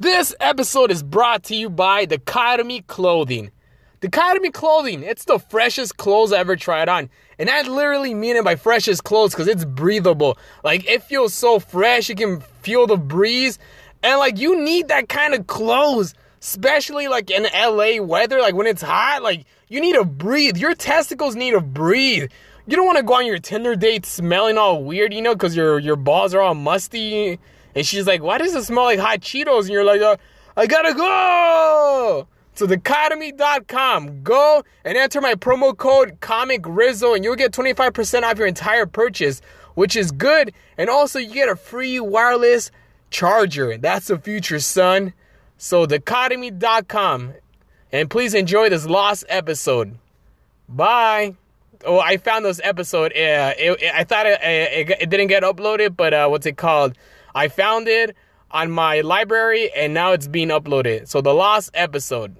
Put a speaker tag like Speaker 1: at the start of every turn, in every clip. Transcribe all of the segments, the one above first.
Speaker 1: This episode is brought to you by Dichotomy Clothing. Dichotomy Clothing, it's the freshest clothes I ever tried on. And I literally mean it by freshest clothes because it's breathable. Like, it feels so fresh, you can feel the breeze. And, like, you need that kind of clothes, especially, like, in LA weather. Like, when it's hot, like, you need to breathe. Your testicles need to breathe. You don't want to go on your Tinder date smelling all weird, you know, because your, your balls are all musty. And she's like, why does it smell like hot Cheetos? And you're like, uh, I gotta go! So thecotomy.com. Go and enter my promo code Comic Rizzo and you'll get 25% off your entire purchase, which is good. And also you get a free wireless charger. That's the future, son. So thecotomy.com. And please enjoy this lost episode. Bye. Oh, I found this episode. Uh, it, it- I thought it, it, it didn't get uploaded, but uh, what's it called? I found it on my library, and now it's being uploaded. So the lost episode.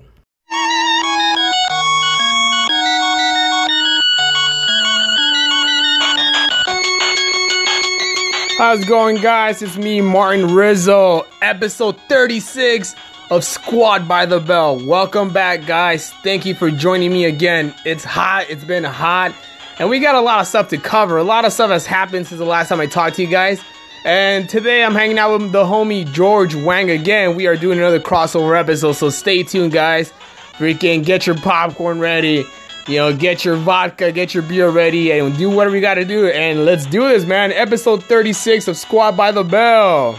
Speaker 1: How's it going, guys? It's me, Martin Rizzo, episode 36 of Squad by the Bell. Welcome back, guys. Thank you for joining me again. It's hot, it's been hot, and we got a lot of stuff to cover. A lot of stuff has happened since the last time I talked to you guys. And today I'm hanging out with the homie George Wang again. We are doing another crossover episode, so stay tuned, guys. Freaking get your popcorn ready. You know, get your vodka, get your beer ready, and do whatever you gotta do. And let's do this, man. Episode 36 of Squad by the Bell.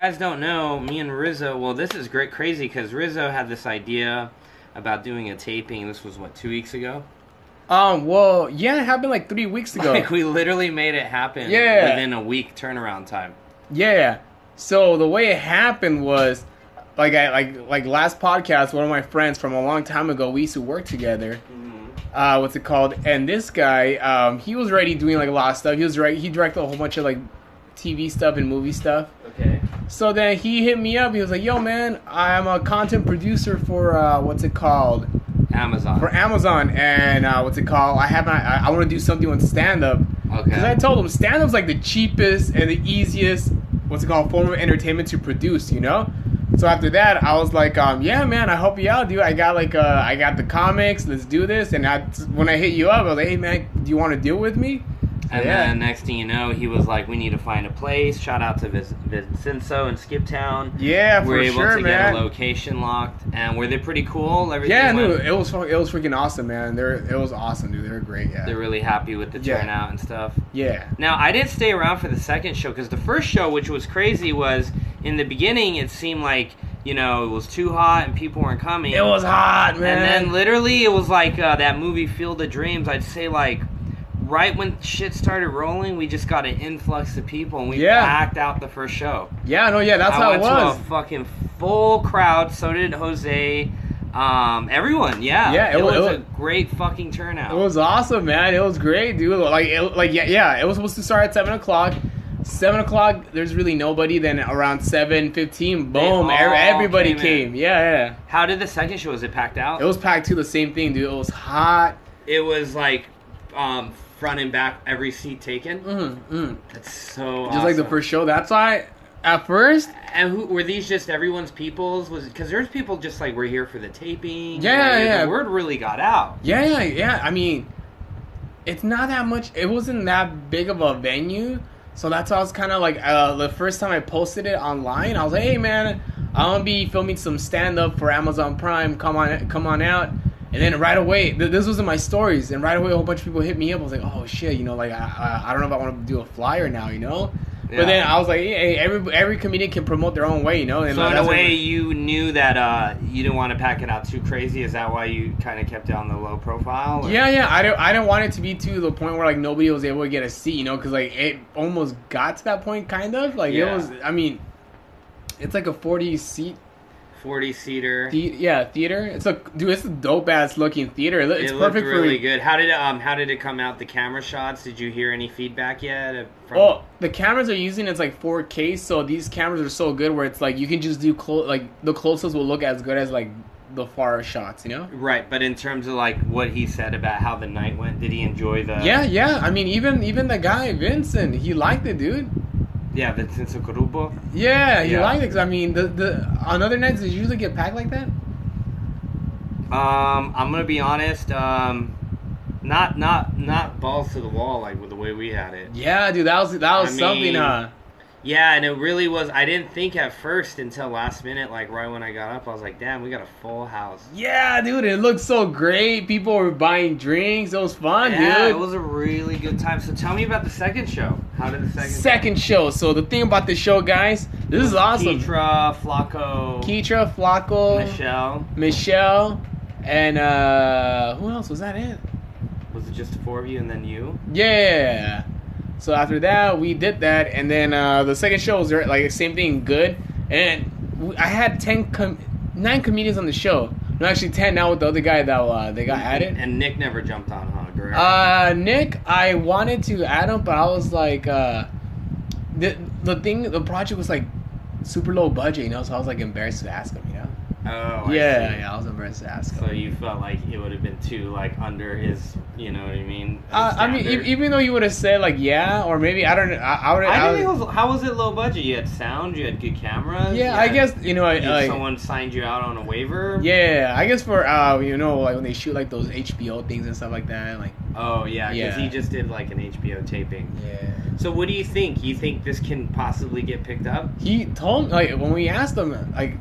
Speaker 2: guys don't know, me and Rizzo, well, this is great crazy because Rizzo had this idea about doing a taping. This was, what, two weeks ago?
Speaker 1: Um, well, yeah, it happened like three weeks ago.
Speaker 2: Like, we literally made it happen
Speaker 1: Yeah.
Speaker 2: within a week turnaround time.
Speaker 1: Yeah. So the way it happened was, like I like like last podcast, one of my friends from a long time ago, we used to work together. Uh, what's it called? And this guy, um, he was already doing like a lot of stuff. He was right. He directed a whole bunch of like TV stuff and movie stuff.
Speaker 2: Okay.
Speaker 1: So then he hit me up. He was like, "Yo, man, I'm a content producer for uh, what's it called
Speaker 2: Amazon.
Speaker 1: for Amazon, and uh, what's it called? I have my, I, I want to do something with stand up.
Speaker 2: Okay.
Speaker 1: Because I told him stand up's like the cheapest and the easiest, what's it called, form of entertainment to produce, you know? So after that, I was like, um, yeah, man, I help you out, dude. I got like, uh, I got the comics. Let's do this. And I, when I hit you up, I was like, hey, man, do you want to deal with me?
Speaker 2: and
Speaker 1: yeah.
Speaker 2: then next thing you know, he was like, we need to find a place. Shout out to Vis- Vincenzo and Skiptown.
Speaker 1: Yeah,
Speaker 2: We
Speaker 1: for
Speaker 2: were able
Speaker 1: sure,
Speaker 2: to
Speaker 1: man.
Speaker 2: get a location locked. And were they pretty cool? Everything
Speaker 1: yeah,
Speaker 2: went-
Speaker 1: dude, it was fu- it was freaking awesome, man. They're it was awesome, dude. They're great, yeah.
Speaker 2: They're really happy with the
Speaker 1: Yeah.
Speaker 2: turnout and stuff.
Speaker 1: yeah,
Speaker 2: Now, I did stay around for the second show because the first show, which was crazy, was in the beginning, it seemed like, you know, it was too hot and people weren't coming.
Speaker 1: it was hot,
Speaker 2: and
Speaker 1: man.
Speaker 2: then literally, it was like uh, that movie Field of Dreams. I'd say, like, right when shit started rolling, we just got an influx of people and we
Speaker 1: Yeah.
Speaker 2: packed out the first show.
Speaker 1: yeah, no, yeah, that's
Speaker 2: I
Speaker 1: how it
Speaker 2: went
Speaker 1: was.
Speaker 2: to a fucking full crowd. So did Jose. Um, everyone, yeah.
Speaker 1: Yeah, it wa-
Speaker 2: it, was,
Speaker 1: it wa-
Speaker 2: a great fucking turnout.
Speaker 1: It was awesome, man. It was great, dude. Like, it, like yeah, yeah. It was supposed to start at seven o'clock. Seven o'clock. There's really nobody. Then around seven fifteen, boom,
Speaker 2: all
Speaker 1: ev- everybody
Speaker 2: came
Speaker 1: came.
Speaker 2: in.
Speaker 1: Yeah,
Speaker 2: How did the second show? Was it packed out?
Speaker 1: yeah. It was packed to the same thing, dude. It was hot.
Speaker 2: it was like um, front and back every seat taken.
Speaker 1: Mm, mm.
Speaker 2: That's so
Speaker 1: Just like the
Speaker 2: awesome.
Speaker 1: first show. That's why. At first,
Speaker 2: And who were these? Just everyone's people's was because there's people just like we're here for the taping.
Speaker 1: Yeah,
Speaker 2: like,
Speaker 1: yeah.
Speaker 2: The word really got out.
Speaker 1: yeah, yeah, yeah. I mean, it's not that much. It wasn't that big of a venue, so that's why I was kind of like uh, the first time I posted it online. I was like, "Hey, man, I'm gonna be filming some stand up for Amazon Prime. Come on, come on out." And then right away, th- this was in my stories, and right away a whole bunch of people hit me up. I was like, "Oh shit, you know, like I, I, I don't know if I want to do a flyer now, you know."
Speaker 2: Yeah.
Speaker 1: But then I was like, "Hey, every every comedian can promote their own way, you know." And
Speaker 2: So in a
Speaker 1: that's what-
Speaker 2: way, you knew that uh, you didn't want to pack it out too crazy. Is that why you kind of kept it on the low profile? or-
Speaker 1: Yeah, yeah. I didn't, I didn't want it to be to the point where like nobody was able to get a seat, you know, because like it almost got to that point, kind of. Like
Speaker 2: Yeah.
Speaker 1: it was. I mean, it's like a forty seat,
Speaker 2: Forty seater.
Speaker 1: the, yeah, theater. It's a dude. It's a dope ass looking theater. It loo- It's
Speaker 2: it looked
Speaker 1: perfect
Speaker 2: really
Speaker 1: for.
Speaker 2: good. How did um how did it come out? The camera shots. Did you hear any feedback yet? uh, From,
Speaker 1: Well, Oh, the cameras are using it's like 4K, so these cameras are so good where it's like you can just do close, like the closest will look as good as like the far shots, you know?
Speaker 2: Right, but in terms of like what he said about how the night went, did he enjoy the?
Speaker 1: Yeah, yeah. I mean, even even the guy Vincent, he liked it, dude.
Speaker 2: yeah, Vincenzo Carupo.
Speaker 1: Yeah, he
Speaker 2: Yeah.
Speaker 1: liked it. 'cause, I mean, the the on other nights they usually get packed like that.
Speaker 2: Um, I'm gonna be honest. Um, not not not balls to the wall like with the way we had it.
Speaker 1: Yeah, dude, that was that was
Speaker 2: I
Speaker 1: something.
Speaker 2: mean-
Speaker 1: Uh,
Speaker 2: Yeah, and it really was. I didn't think at first until last minute, like right when I got up, I was like, "Damn, we got a full house."
Speaker 1: yeah, dude, it looked so great. People were buying drinks. It was fun,
Speaker 2: Yeah,
Speaker 1: dude.
Speaker 2: it was a really good time. So tell me about the second show. How did the second
Speaker 1: Second show. So the thing about this show, guys, this is awesome. Keitra,
Speaker 2: Keitra, Flacco,
Speaker 1: Flacco,
Speaker 2: Michelle.
Speaker 1: Michelle, and uh, who else was that in?
Speaker 2: Was it just the four of you and then you?
Speaker 1: Yeah. So after that, we did that, and then uh, the second show was like same thing, good. And we, I had ten, com- nine comedians on the show. No, actually ten now with the other guy that uh, they got added.
Speaker 2: And Nick never jumped on, huh? Guerrero?
Speaker 1: Uh, Nick, I wanted to add him, but I was like, uh, the the thing, the project was like super low budget, you know. So I was like embarrassed to ask him, you know.
Speaker 2: oh, I
Speaker 1: yeah,
Speaker 2: see.
Speaker 1: yeah, I was embarrassed to ask him.
Speaker 2: So you felt like it would have been too like under his, you know what I mean?
Speaker 1: Uh, I mean,
Speaker 2: standard.
Speaker 1: e- even though you would have said like yeah, or maybe I don't, I, I would.
Speaker 2: I
Speaker 1: would-
Speaker 2: didn't think it was. How was it low budget? You had sound. You had good cameras.
Speaker 1: Yeah,
Speaker 2: you
Speaker 1: I
Speaker 2: had-
Speaker 1: guess you know. I,
Speaker 2: you-
Speaker 1: like,
Speaker 2: someone signed you out on a waiver.
Speaker 1: Yeah, I guess for uh, you know, like when they shoot like those HBO things and stuff like that, like
Speaker 2: Oh yeah, because
Speaker 1: Yeah.
Speaker 2: he just did like an HBO taping.
Speaker 1: yeah.
Speaker 2: So what do you think? You think this can possibly get picked up?
Speaker 1: He told like when we asked him like,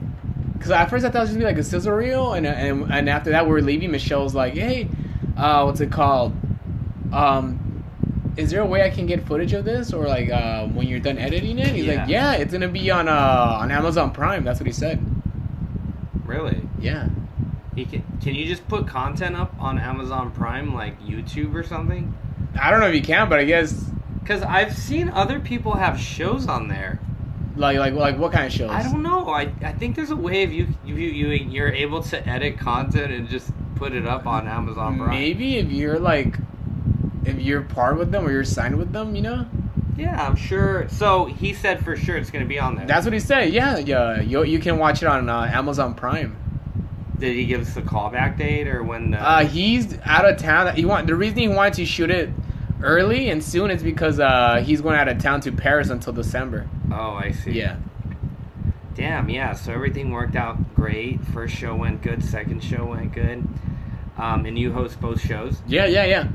Speaker 1: because at first I thought it was gonna be like a sizzle reel, and and and after that we were leaving. Michelle's like, hey, uh, what's it called? Um, is there a way I can get footage of this or like uh, when you're done editing it? He's like, yeah, it's gonna be on uh on Amazon Prime. That's what he said.
Speaker 2: Really?
Speaker 1: Yeah.
Speaker 2: He can. Can you just put content up on Amazon Prime, like YouTube or something?
Speaker 1: I don't know if you can, but I guess
Speaker 2: Because I've seen other people have shows on there.
Speaker 1: like like like what kind of shows?
Speaker 2: I don't know. I, I think there's a way if you you you you're able to edit content and just put it up on Amazon Prime.
Speaker 1: Maybe if you're like, if you're part with them or you're signed with them, you know.
Speaker 2: Yeah, I'm sure. So he said for sure it's gonna be on there.
Speaker 1: That's what he said. Yeah, yeah. You you can watch it on uh, Amazon Prime.
Speaker 2: Did he give us the callback date or when the?
Speaker 1: Uh, he's out of town. He want the reason he wanted to shoot it early and soon is because uh he's going out of town to Paris until December.
Speaker 2: oh, I see.
Speaker 1: Yeah.
Speaker 2: Damn. Yeah. So everything worked out great. First show went good. Second show went good. Um, and you host both shows.
Speaker 1: Yeah, yeah, yeah.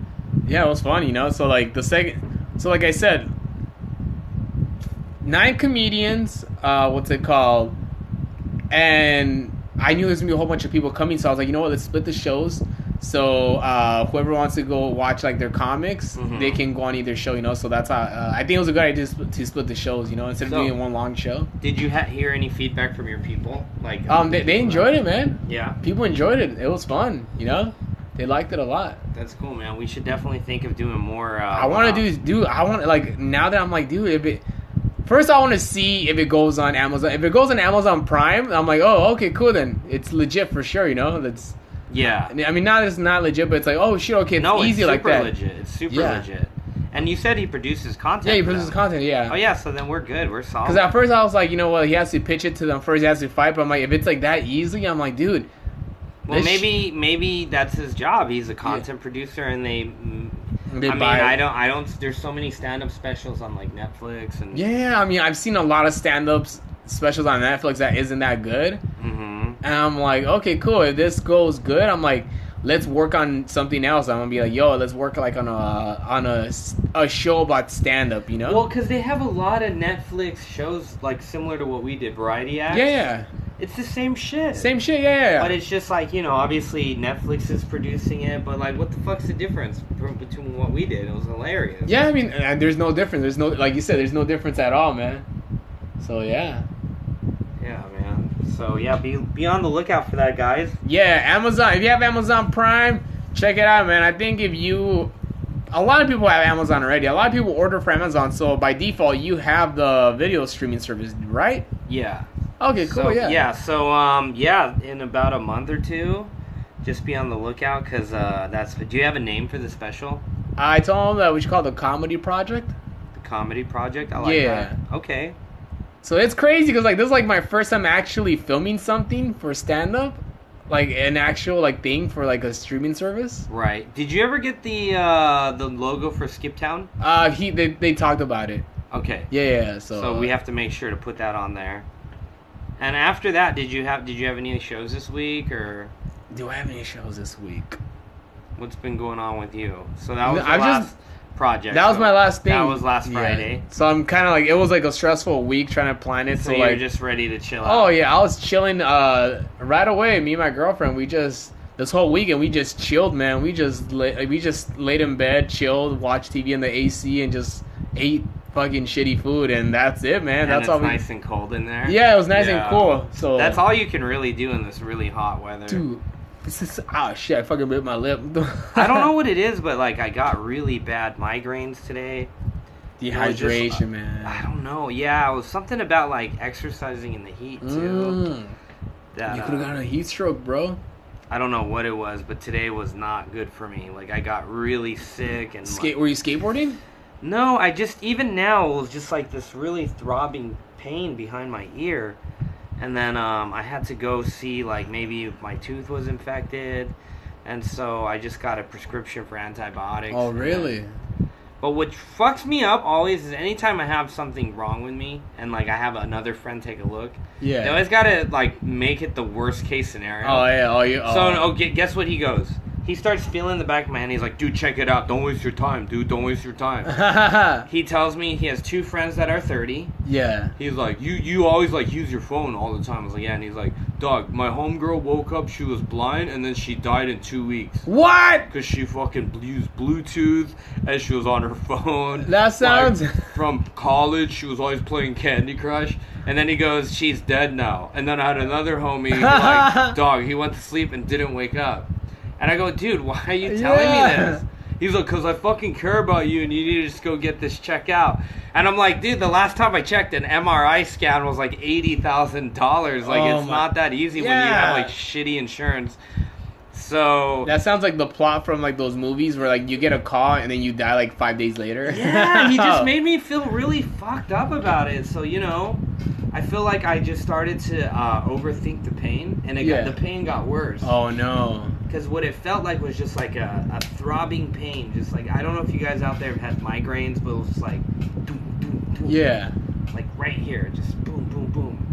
Speaker 1: Yeah, it was fun, you know. So like the second, so like I said, nine comedians. Uh, what's it called? And I knew there was gonna be a whole bunch of people coming, so I was like, you know what? Let's split the shows. So uh, whoever wants to go watch like their comics,
Speaker 2: Mhm.
Speaker 1: they can go on either show, you know. So that's how uh, I think it was a good idea to split, to split the shows, you know, instead of
Speaker 2: So-
Speaker 1: doing one long show.
Speaker 2: Did you ha- hear any feedback from your people? Like
Speaker 1: Um, they, they enjoyed it, man.
Speaker 2: Yeah.
Speaker 1: People enjoyed it. It was fun, you know. They liked it a lot.
Speaker 2: That's cool, man. We should definitely think of doing more. Uh,
Speaker 1: I want to
Speaker 2: one-off.
Speaker 1: do, dude. I want like now that I'm like, dude, if it first I want to see if it goes on Amazon. If it goes on Amazon Prime, I'm like, oh, okay, cool. Then it's legit for sure. You know, that's.
Speaker 2: Yeah.
Speaker 1: I mean, not that it's not legit, but it's like, oh shit, okay, it's
Speaker 2: no,
Speaker 1: easy
Speaker 2: it's
Speaker 1: like
Speaker 2: super
Speaker 1: that.
Speaker 2: legit. It's super
Speaker 1: Yeah.
Speaker 2: legit. And you said he produces content.
Speaker 1: Yeah, he
Speaker 2: for
Speaker 1: produces
Speaker 2: them.
Speaker 1: content.
Speaker 2: Oh
Speaker 1: Yeah.
Speaker 2: yeah, so then we're good. We're solid.
Speaker 1: Because at first I was like, you know what, he has to pitch it to them first. He has to fight. But I'm like, if it's like that easy, I'm like, dude.
Speaker 2: well,
Speaker 1: this sh-
Speaker 2: maybe maybe that's his job. He's a content producer, and they. mm,
Speaker 1: They
Speaker 2: I mean,
Speaker 1: buy it.
Speaker 2: I don't. I don't. There's so many stand-up specials on like Netflix and.
Speaker 1: Yeah, I mean, I've seen a lot of stand-ups specials on Netflix that isn't that good.
Speaker 2: hmm
Speaker 1: And I'm like, okay, cool. If this goes good, I'm like, let's work on something else. I'm gonna be like, yo, let's work like on a on a, s- a show about stand up, you know?
Speaker 2: Well, because they have a lot of Netflix shows like similar to what we did, Variety Act.
Speaker 1: yeah, yeah,
Speaker 2: It's the same shit.
Speaker 1: same shit. Yeah, yeah, yeah.
Speaker 2: But it's just like you know, obviously Netflix is producing it, but like, what the fuck's the difference pr- between what we did? It was hilarious.
Speaker 1: yeah, I mean, uh, there's no difference. There's no like you said, there's no difference at all, man. So yeah,
Speaker 2: Yeah, man. So yeah, be be on the lookout for that, guys.
Speaker 1: yeah. Amazon. If you have Amazon Prime, check it out, man. I think if you a lot of people have Amazon already. A lot of people order from Amazon, so by default, you have the video streaming service, right?
Speaker 2: Yeah.
Speaker 1: Okay, cool.
Speaker 2: So,
Speaker 1: yeah.
Speaker 2: Yeah. So um, yeah, in about a month or two, just be on the lookout because uh, that's. Do you have a name for the special?
Speaker 1: I told them that we should call it the comedy project.
Speaker 2: The comedy project. I like
Speaker 1: Yeah.
Speaker 2: that. Okay.
Speaker 1: So it's crazy because like this is like my first time actually filming something for stand up. like an actual like thing for like a streaming service.
Speaker 2: Right. Did you ever get the uh, the logo for Skiptown?
Speaker 1: Uh, he they, they talked about it.
Speaker 2: Okay.
Speaker 1: Yeah, yeah. yeah, So,
Speaker 2: So we
Speaker 1: uh,
Speaker 2: have to make sure to put that on there. And after that, did you have did you have any shows this week or
Speaker 1: Do I have any shows this week?
Speaker 2: what's been going on with you? So that was
Speaker 1: No,
Speaker 2: the
Speaker 1: I've
Speaker 2: last
Speaker 1: just-
Speaker 2: project.
Speaker 1: That was
Speaker 2: so
Speaker 1: my last thing.
Speaker 2: That was last
Speaker 1: Yeah.
Speaker 2: Friday.
Speaker 1: So I'm kind of like it was like a stressful week trying to plan it.
Speaker 2: So
Speaker 1: So,
Speaker 2: you were
Speaker 1: like,
Speaker 2: just ready to chill out.
Speaker 1: oh yeah, I was chilling. Uh, right away, me and my girlfriend, we just this whole weekend we just chilled, man. We just lay, like, we just laid in bed, chilled, watched TV in the AC, and just ate fucking shitty food, and that's it, man.
Speaker 2: And
Speaker 1: that's
Speaker 2: it's
Speaker 1: all we.
Speaker 2: nice and cold in there.
Speaker 1: Yeah, it was nice
Speaker 2: Yeah.
Speaker 1: and cool. So
Speaker 2: That's all you can really do in this really hot weather.
Speaker 1: dude. This is oh shit! I fucking bit my lip.
Speaker 2: I don't know what it is, but like I got really bad migraines today.
Speaker 1: Dehydration,
Speaker 2: just-
Speaker 1: man.
Speaker 2: I don't know. Yeah, it was something about like exercising in the heat too.
Speaker 1: Mm.
Speaker 2: That,
Speaker 1: You could have
Speaker 2: uh,
Speaker 1: gotten a heat stroke, bro.
Speaker 2: I don't know what it was, but today was not good for me. Like I got really sick and
Speaker 1: Skate?
Speaker 2: like,
Speaker 1: Were you skateboarding?
Speaker 2: no, I just even now it was just like this really throbbing pain behind my ear, and then um, I had to go see like maybe if my tooth was infected, and so I just got a prescription for antibiotics.
Speaker 1: Oh,
Speaker 2: and-
Speaker 1: really?
Speaker 2: But what fucks me up always is anytime I have something wrong with me, and like I have another friend take a look,
Speaker 1: Yeah.
Speaker 2: they always gotta like make it the worst case scenario.
Speaker 1: Oh yeah. Oh you. Oh.
Speaker 2: So oh, gu- guess what he goes? He starts feeling the back of my hand. He's like, dude, check it out. Don't waste your time, dude. Don't waste your
Speaker 1: oh.
Speaker 2: time. he tells me he has two friends that are 30.
Speaker 1: yeah.
Speaker 2: He's like, you you always like use your phone all the time. I was like, yeah. And he's like, dog, my homegirl woke up. She was blind, and then she died in two weeks.
Speaker 1: What?
Speaker 2: Cause she fucking bl- used Bluetooth and she was on her phone.
Speaker 1: That sounds-
Speaker 2: Like, from college. She was always playing Candy Crush. And then he goes, "She's dead now." And then I had another homie, who, like, dog. He went to sleep and didn't wake up. And I go, "Dude, why are you telling
Speaker 1: Yeah.
Speaker 2: me this?" He's like, "Cause I fucking care about you, and you need to just go get this check out." And I'm like, "Dude, the last time I checked, an MRI scan was like eighty thousand dollars. Like,
Speaker 1: Oh
Speaker 2: it's
Speaker 1: my-
Speaker 2: not that easy when you have
Speaker 1: Yeah.
Speaker 2: like shitty insurance." So
Speaker 1: That sounds like the plot from like those movies where like you get a call and then you die like five days later.
Speaker 2: Yeah, he just made me feel really fucked up about it. So you know, I feel like I just started to uh, overthink the pain, and it
Speaker 1: Yeah.
Speaker 2: got, the pain got worse.
Speaker 1: Oh no.
Speaker 2: Because what it felt like was just like a, a throbbing pain, just like I don't know if you guys out there have had migraines, but it was just like, doom, doom, doom,
Speaker 1: Yeah.
Speaker 2: like right here, just boom, boom, boom.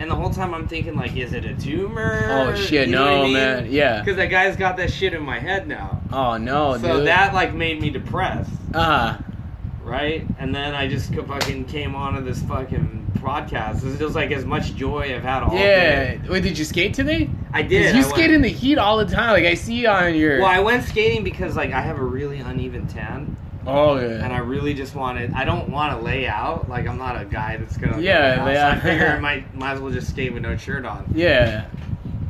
Speaker 2: And the whole time I'm thinking like, is it a tumor?
Speaker 1: Oh shit. No man. Yeah.
Speaker 2: Because that guy's got that shit in my head now.
Speaker 1: Oh no,
Speaker 2: so
Speaker 1: dude.
Speaker 2: that like made me depressed
Speaker 1: Uh huh.
Speaker 2: right? And then I just co- fucking came onto this fucking podcast. This is just like as much joy I've had all day.
Speaker 1: Yeah. Wait, did you skate today?
Speaker 2: Oh, I
Speaker 1: 'Cause
Speaker 2: did.
Speaker 1: You
Speaker 2: I
Speaker 1: skate
Speaker 2: went,
Speaker 1: in the heat all the time. Like I see on your.
Speaker 2: Well, I went skating because like I have a really uneven tan,
Speaker 1: oh yeah.
Speaker 2: and I really just wanted. I don't want to lay out. Like I'm not a guy that's gonna. go
Speaker 1: Yeah,
Speaker 2: out,
Speaker 1: lay
Speaker 2: so I
Speaker 1: out.
Speaker 2: figure I might might as well just skate with no shirt on,
Speaker 1: yeah.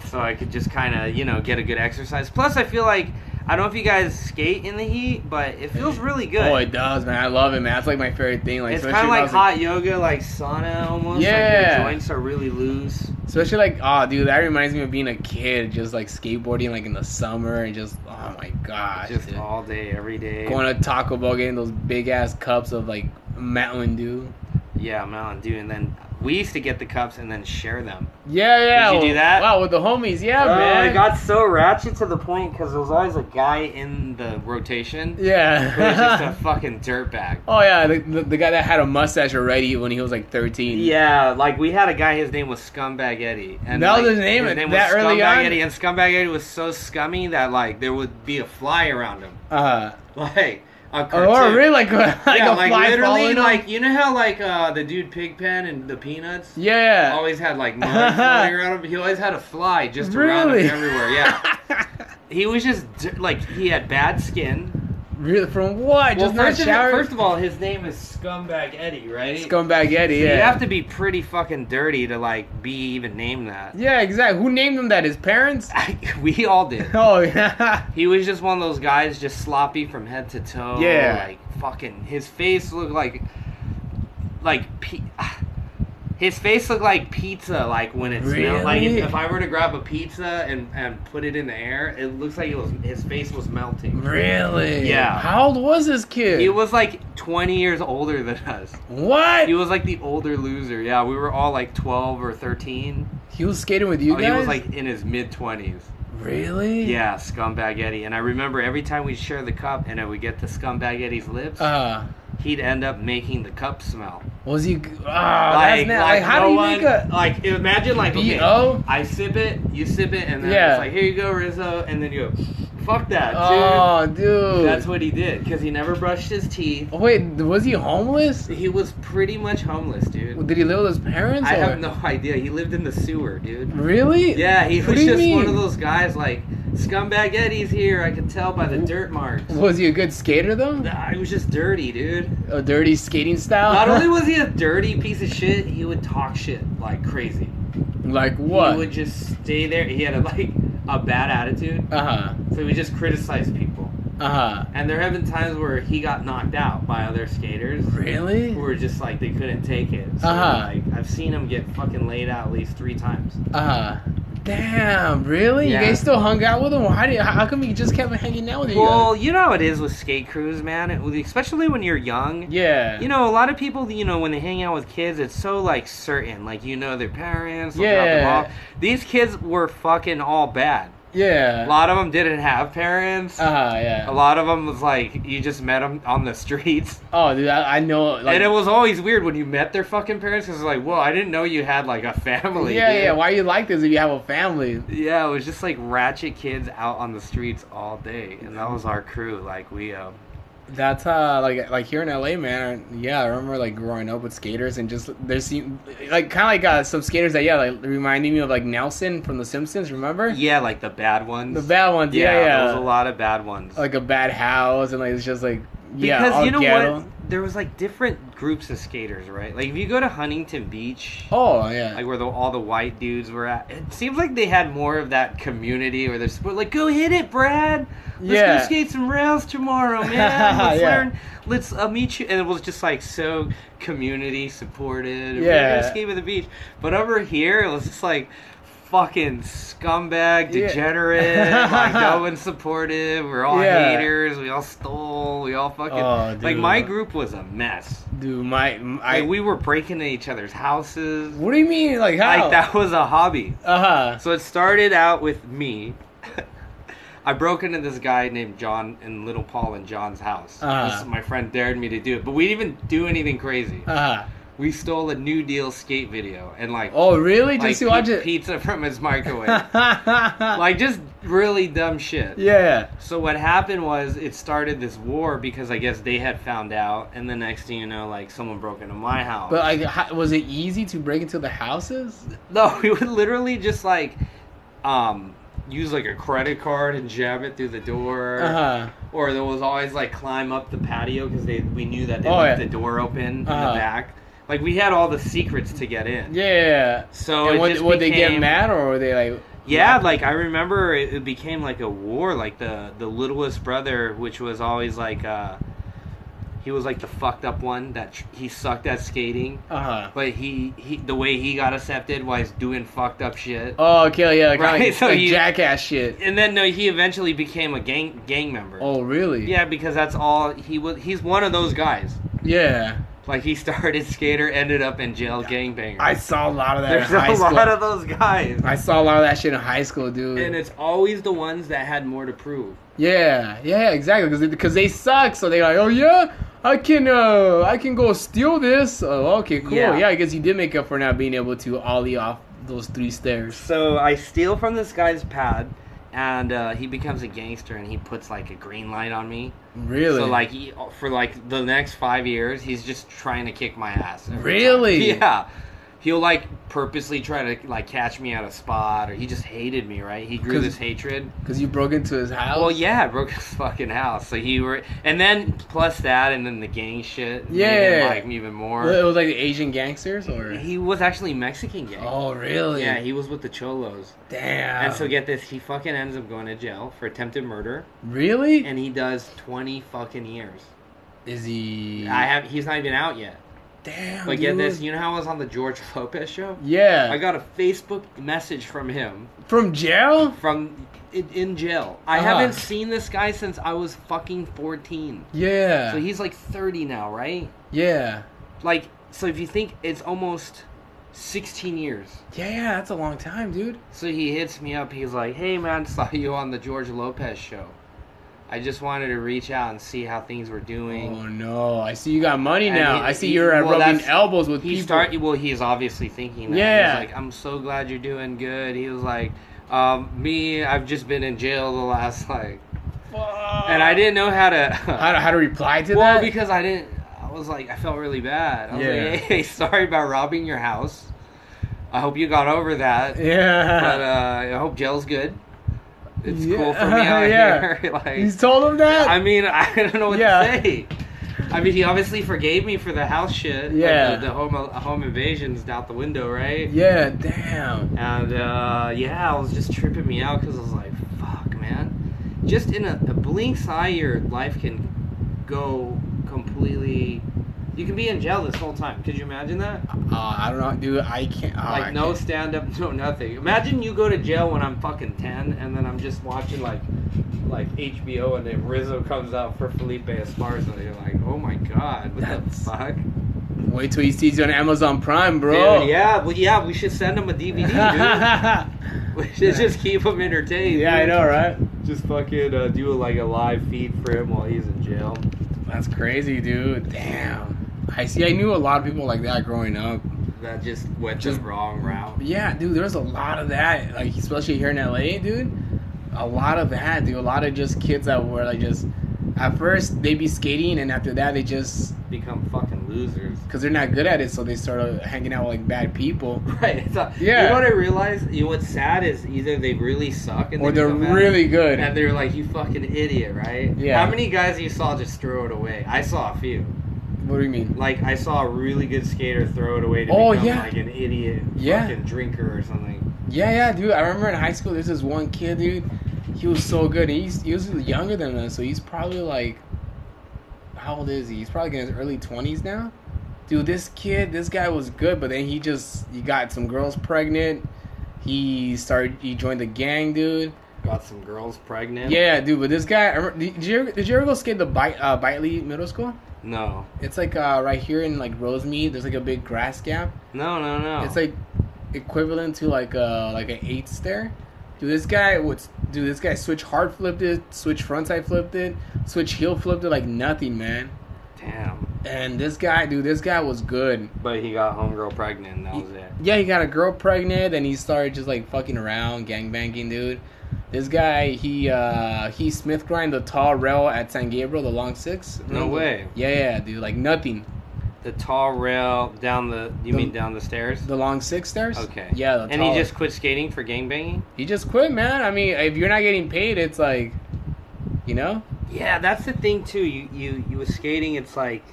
Speaker 2: so I could just kind of you know get a good exercise. Plus, I feel like. I don't know if you guys skate in the heat, but it feels really good.
Speaker 1: Oh, it does, man. I love it, man. That's like my favorite thing. Like
Speaker 2: it's kind
Speaker 1: especially
Speaker 2: of
Speaker 1: when I
Speaker 2: like
Speaker 1: was,
Speaker 2: hot yoga, like sauna almost. Like
Speaker 1: Yeah.
Speaker 2: your joints are really loose.
Speaker 1: Especially like, oh, dude, that reminds me of being a kid, just like skateboarding, like in the summer, and just, oh my gosh,
Speaker 2: just
Speaker 1: dude.
Speaker 2: all day, every day.
Speaker 1: going to Taco Bell, getting those big ass cups of like Mountain Dew.
Speaker 2: yeah, Mountain Dew, and then we used to get the cups and then share them.
Speaker 1: Yeah, yeah.
Speaker 2: Did you do
Speaker 1: well,
Speaker 2: that? Oh
Speaker 1: Wow, with the homies, yeah, man.
Speaker 2: it got so ratchet to the point because there was always a guy in the rotation who was just a
Speaker 1: yeah.
Speaker 2: fucking dirtbag.
Speaker 1: oh yeah, the, the, the guy that had a mustache already when he was like thirteen.
Speaker 2: Yeah, like we had a guy. His name was Scumbag Eddie, and
Speaker 1: That was
Speaker 2: like,
Speaker 1: his name
Speaker 2: was
Speaker 1: that early
Speaker 2: Scumbag
Speaker 1: on?
Speaker 2: Eddie, and Scumbag Eddie was so scummy that like there would be a fly around him,
Speaker 1: Uh,
Speaker 2: like a cartoon.
Speaker 1: or Oh, really like, like
Speaker 2: yeah,
Speaker 1: a
Speaker 2: like
Speaker 1: fly
Speaker 2: literally,
Speaker 1: following him?
Speaker 2: like you know how like uh, the dude Pigpen and the Peanuts.
Speaker 1: yeah.
Speaker 2: always had like money floating around him. He always had a fly just around him
Speaker 1: Really?
Speaker 2: everywhere. Yeah, he was just di- like he had bad skin.
Speaker 1: really from what?
Speaker 2: Well,
Speaker 1: just not
Speaker 2: first of,
Speaker 1: showering.
Speaker 2: first of all, his name is Scumbag Eddie, right?
Speaker 1: Scumbag Eddie.
Speaker 2: So
Speaker 1: yeah.
Speaker 2: You have to be pretty fucking dirty to like be even named that.
Speaker 1: Yeah, exactly. Who named him that? His parents?
Speaker 2: we all did.
Speaker 1: Oh yeah.
Speaker 2: He was just one of those guys, just sloppy from head to toe.
Speaker 1: Yeah.
Speaker 2: like fucking. His face looked like, like, pe- his face looked like pizza. Like when it's like if,
Speaker 1: Really?
Speaker 2: if I were to grab a pizza and and put it in the air, it looks like it was his face was melting.
Speaker 1: Really?
Speaker 2: Yeah.
Speaker 1: How old was this kid?
Speaker 2: He was like 20 years older than us.
Speaker 1: what?
Speaker 2: He was like the older loser. Yeah, we were all like 12 or 13.
Speaker 1: He was skating with you
Speaker 2: oh,
Speaker 1: guys.
Speaker 2: he was like in his mid twenties.
Speaker 1: really?
Speaker 2: Yeah, scumbag Eddie. And I remember every time we'd share the cup and I would get the scumbag Eddie's lips,
Speaker 1: Uh,
Speaker 2: he'd end up making the cup smell.
Speaker 1: was he? Ah, that's na- like, how do you make a?
Speaker 2: like imagine like okay,
Speaker 1: BO?
Speaker 2: I sip it, you sip it, and then
Speaker 1: Yeah.
Speaker 2: it's like here you go Rizzo, and then you go, fuck that,
Speaker 1: Oh,
Speaker 2: dude.
Speaker 1: dude.
Speaker 2: That's what he did because he never brushed his teeth.
Speaker 1: Oh, Wait, was he homeless?
Speaker 2: He was pretty much homeless, dude.
Speaker 1: Did he live with his parents?
Speaker 2: I
Speaker 1: or-
Speaker 2: have no idea. He lived in the sewer, dude.
Speaker 1: Really?
Speaker 2: Yeah, he
Speaker 1: What
Speaker 2: was
Speaker 1: do you
Speaker 2: just one
Speaker 1: mean?
Speaker 2: of those guys like scumbag Eddie's here. I could tell by the dirt marks.
Speaker 1: Was he a good skater though?
Speaker 2: Nah, he was just dirty, dude.
Speaker 1: A dirty skating style?
Speaker 2: Not only was he a dirty piece of shit, he would talk shit like crazy.
Speaker 1: like what?
Speaker 2: He would just stay there. He had a, like a bad attitude,
Speaker 1: Uh huh.
Speaker 2: so he would just criticize people.
Speaker 1: Uh huh.
Speaker 2: And there have been times where he got knocked out by other skaters
Speaker 1: Really?
Speaker 2: who were just like they couldn't take it. So,
Speaker 1: Uh-huh.
Speaker 2: Like I've seen him get fucking laid out at least three times.
Speaker 1: Uh huh. Damn, really?
Speaker 2: Yeah.
Speaker 1: You guys still hung out with him? How did? How come he just kept hanging out with you
Speaker 2: Well, you know how it is with skate crews, man. It- especially when you're young.
Speaker 1: guys? Yeah.
Speaker 2: You know, a lot of people, you know, when they hang out with kids, it's so like certain, like you know their parents. they'll drop them
Speaker 1: Yeah.
Speaker 2: off. These kids were fucking all bad.
Speaker 1: yeah.
Speaker 2: A lot of them didn't have parents.
Speaker 1: Uh huh. Yeah.
Speaker 2: A lot of them was like you just met them on the streets,
Speaker 1: Oh, dude, I, I know. Like,
Speaker 2: and it was always weird when you met their fucking parents because like, whoa, I didn't know you had like a family.
Speaker 1: yeah,
Speaker 2: dude."
Speaker 1: yeah. Why you like this if you have a family?
Speaker 2: Yeah, it was just like ratchet kids out on the streets all day, and that was our crew. Like we, uh,
Speaker 1: That's uh, like like here in LA, man. Yeah, I remember like growing up with skaters and just there seem like kind of like uh, some skaters that yeah, like reminding me of like Nelson from The Simpsons. Remember?
Speaker 2: yeah, like the bad ones.
Speaker 1: The bad ones. Yeah, yeah.
Speaker 2: there was a lot of bad ones.
Speaker 1: Like a bad house and like it's just like yeah,
Speaker 2: because
Speaker 1: all
Speaker 2: you know
Speaker 1: ghetto.
Speaker 2: what, there was like different groups of skaters, right? Like if you go to Huntington Beach,
Speaker 1: Oh yeah.
Speaker 2: like where the, all the white dudes were at. It seems like they had more of that community where they're supposed like, go hit it, Brad. Let's
Speaker 1: Yeah.
Speaker 2: go skate some rails tomorrow, man. Let's
Speaker 1: Yeah.
Speaker 2: learn. Let's uh, meet you. And it was just like so community supported. and We're
Speaker 1: Yeah.
Speaker 2: gonna skate by the beach. But over here, it was just like fucking scumbag,
Speaker 1: Yeah.
Speaker 2: degenerate. like no one's supportive. We're all
Speaker 1: Yeah.
Speaker 2: haters. We all stole. We all fucking
Speaker 1: Oh,
Speaker 2: like my
Speaker 1: dude.
Speaker 2: group was a mess.
Speaker 1: Dude, my I.
Speaker 2: Like we were breaking into each other's houses.
Speaker 1: what do you mean? Like how?
Speaker 2: Like that was a hobby.
Speaker 1: Uh huh.
Speaker 2: So it started out with me. I broke into this guy named John in Little Paul and John's house.
Speaker 1: Uh-huh.
Speaker 2: This- my friend dared me to do it, but we didn't even do anything crazy.
Speaker 1: Uh huh.
Speaker 2: We stole a New Deal skate video and like,
Speaker 1: Oh really?
Speaker 2: like
Speaker 1: Just to watch
Speaker 2: pi-
Speaker 1: it.
Speaker 2: pizza from his microwave.
Speaker 1: like
Speaker 2: like just really dumb shit.
Speaker 1: yeah.
Speaker 2: So what happened was it started this war because I guess they had found out, and the next thing you know, like someone broke into my house.
Speaker 1: But like, how, was it easy to break into the houses?
Speaker 2: No, we would literally just like um use like a credit card and jab it through the door.
Speaker 1: Uh huh.
Speaker 2: Or there was always like climb up the patio because they we knew that they
Speaker 1: Oh,
Speaker 2: left
Speaker 1: yeah.
Speaker 2: the door open in
Speaker 1: Uh-huh.
Speaker 2: the back. Like we had all the secrets to get in.
Speaker 1: Yeah.
Speaker 2: So
Speaker 1: and
Speaker 2: it
Speaker 1: would,
Speaker 2: just
Speaker 1: would they get
Speaker 2: became-
Speaker 1: mad or were they like?
Speaker 2: Yeah, like I remember it, it became like a war. Like the the littlest brother, which was always like uh he was like the fucked up one that tr- he sucked at skating,
Speaker 1: Uh huh.
Speaker 2: but he, he the way he got accepted was doing fucked up shit.
Speaker 1: Oh, okay, yeah, like,
Speaker 2: Right,
Speaker 1: like,
Speaker 2: so
Speaker 1: like
Speaker 2: you-
Speaker 1: jackass shit.
Speaker 2: And then no, he eventually became a gang gang member.
Speaker 1: Oh, really?
Speaker 2: Yeah, because that's all he was. He's one of those guys.
Speaker 1: Yeah.
Speaker 2: Like he started skater, ended up in jail, gangbanger.
Speaker 1: I saw a lot of that
Speaker 2: There's
Speaker 1: in high
Speaker 2: a
Speaker 1: school.
Speaker 2: lot of those guys,
Speaker 1: I saw a lot of that shit in high school, dude.
Speaker 2: and it's always the ones that had more to prove.
Speaker 1: yeah, yeah, exactly, because because they suck, so they're like, oh yeah, I can uh I can go steal this. Oh, okay, cool.
Speaker 2: Yeah.
Speaker 1: Yeah. I guess you did make up for not being able to ollie off those three stairs.
Speaker 2: So I steal from this guy's pad, and uh, he becomes a gangster, and he puts like a green light on me.
Speaker 1: Really?
Speaker 2: So like he, for like the next five years, he's just trying to kick my ass. every
Speaker 1: Really?
Speaker 2: time. Yeah. He'll like purposely try to like catch me out of spot, or he just hated me, right? He grew
Speaker 1: 'Cause-
Speaker 2: this hatred.
Speaker 1: because you broke into his house.
Speaker 2: Well, yeah, I broke his fucking house. So he were, and then plus that, and then the gang shit. made him
Speaker 1: Yeah.
Speaker 2: like me even
Speaker 1: Well, It
Speaker 2: more.
Speaker 1: was like the Asian gangsters, or
Speaker 2: He was actually Mexican gang.
Speaker 1: oh really?
Speaker 2: Yeah, he was with the Cholos.
Speaker 1: Damn.
Speaker 2: And so get this, he fucking ends up going to jail for attempted murder,
Speaker 1: really?
Speaker 2: and he does twenty fucking years.
Speaker 1: Is he?
Speaker 2: I have, he's not even out yet.
Speaker 1: Damn.
Speaker 2: But get
Speaker 1: dude.
Speaker 2: this, you know how I was on the George Lopez show?
Speaker 1: Yeah.
Speaker 2: I got a Facebook message from him
Speaker 1: From jail?
Speaker 2: from in, in jail. I
Speaker 1: Uh-huh.
Speaker 2: haven't seen this guy since I was fucking 14.
Speaker 1: Yeah.
Speaker 2: So he's like 30 now, right?
Speaker 1: yeah.
Speaker 2: Like so if you think it's almost 16 years.
Speaker 1: Yeah, yeah, that's a long time, dude.
Speaker 2: So he hits me up. He's like, "Hey man, saw you on the George Lopez show. I just wanted to reach out and see how things were doing."
Speaker 1: Oh no, I see you got money
Speaker 2: And
Speaker 1: now.
Speaker 2: he-
Speaker 1: I see
Speaker 2: he-
Speaker 1: you're at
Speaker 2: well,
Speaker 1: rubbing
Speaker 2: that's-
Speaker 1: elbows with
Speaker 2: he
Speaker 1: people.
Speaker 2: start well he's obviously thinking that
Speaker 1: Yeah.
Speaker 2: he's like i'm so glad you're doing good he was like um, me i've just been in jail the last like and i didn't know how to
Speaker 1: How to, how to reply to
Speaker 2: well
Speaker 1: that?
Speaker 2: because i didn't i was like i felt really bad i was
Speaker 1: Yeah.
Speaker 2: like hey sorry about robbing your house i hope you got over that but
Speaker 1: yeah.
Speaker 2: uh, i hope jail's good it's
Speaker 1: Yeah,
Speaker 2: cool for me out
Speaker 1: yeah.
Speaker 2: here like
Speaker 1: He's told him that.
Speaker 2: I mean, I don't know what
Speaker 1: Yeah.
Speaker 2: to say. I mean, he obviously forgave me for the house shit. like
Speaker 1: Yeah.
Speaker 2: the, the home uh, home invasions out the window, right?
Speaker 1: yeah. Damn.
Speaker 2: And uh, yeah, I was just tripping me out because I was like, "Fuck, man!" Just in a, a blink's eye, your life can go completely. You can be in jail this whole time. Could you imagine that?
Speaker 1: Uh, I don't know, dude. I can't. oh, I
Speaker 2: like no
Speaker 1: can't.
Speaker 2: stand up, no nothing. Imagine you go to jail when I'm fucking ten, and then I'm just watching like, like HBO, and then Rizzo comes out for Felipe Esparza. You're like, oh my god, what
Speaker 1: That's-
Speaker 2: the fuck,
Speaker 1: Wait till he sees you on Amazon Prime, bro.
Speaker 2: Dude, yeah, well, yeah, we should send him a DVD,
Speaker 1: yeah,
Speaker 2: dude. we should just keep him entertained.
Speaker 1: I
Speaker 2: dude.
Speaker 1: know, right?
Speaker 2: Just fucking uh, do like a live feed for him while he's in jail.
Speaker 1: That's crazy, dude. Damn. I see. I knew a lot of people like that growing up.
Speaker 2: That just went
Speaker 1: Just-
Speaker 2: the wrong route.
Speaker 1: Yeah, dude, there's a lot of that, like especially here in LA, dude. A lot of that, dude. A lot of just kids that were like just at first they be skating, and after that they just
Speaker 2: Become fucking losers.
Speaker 1: because they're not good at it, so they start uh, hanging out with like bad people,
Speaker 2: Right. It's not-
Speaker 1: Yeah.
Speaker 2: You know what I realized? You know what's sad is either they really suck and
Speaker 1: or they're
Speaker 2: become bad,
Speaker 1: really good.
Speaker 2: and they're like you fucking idiot, right?
Speaker 1: Yeah.
Speaker 2: How many guys you saw just throw it away? I saw a few.
Speaker 1: What do you mean?
Speaker 2: Like I saw a really good skater throw it away to
Speaker 1: Oh,
Speaker 2: become
Speaker 1: yeah.
Speaker 2: like an idiot
Speaker 1: Yeah.
Speaker 2: fucking drinker or something.
Speaker 1: Yeah, yeah, dude. I remember in high school, there's this one kid, dude. He was so good. and He's he was younger than us, so he's probably like, how old is he? He's probably in his early twenties now. Dude, this kid, this guy was good, but then he just he got some girls pregnant. He started. He joined the gang, dude.
Speaker 2: Got some girls pregnant.
Speaker 1: Yeah, dude. But this guy, I remember- did you ever, did you ever go skate the Bi- uh, Bitely Middle School?
Speaker 2: No.
Speaker 1: It's like uh, right here in like Rosemead. There's like a big grass gap.
Speaker 2: No, no, no.
Speaker 1: It's like equivalent to like a like an eight stair. Dude, this guy would dude. This guy switch hard flipped it, switch frontside flipped it, switch heel flipped it like nothing, man.
Speaker 2: damn.
Speaker 1: And this guy, dude, this guy was good.
Speaker 2: But he got homegirl pregnant and that was it.
Speaker 1: Yeah, he got a girl pregnant, and he started just like fucking around, gangbanging, dude. This guy, he uh he Smith grind the tall rail at San Gabriel, the long six.
Speaker 2: No way.
Speaker 1: Yeah, yeah, dude, like nothing.
Speaker 2: The tall rail down the you
Speaker 1: The-
Speaker 2: mean down the stairs?
Speaker 1: The long six stairs.
Speaker 2: Okay.
Speaker 1: Yeah, the
Speaker 2: and he
Speaker 1: tall-
Speaker 2: just quit skating for gangbanging?
Speaker 1: He just quit, man. I mean, if you're not getting paid, it's like, you know,
Speaker 2: Yeah, that's the thing too. You you you with skating, it's like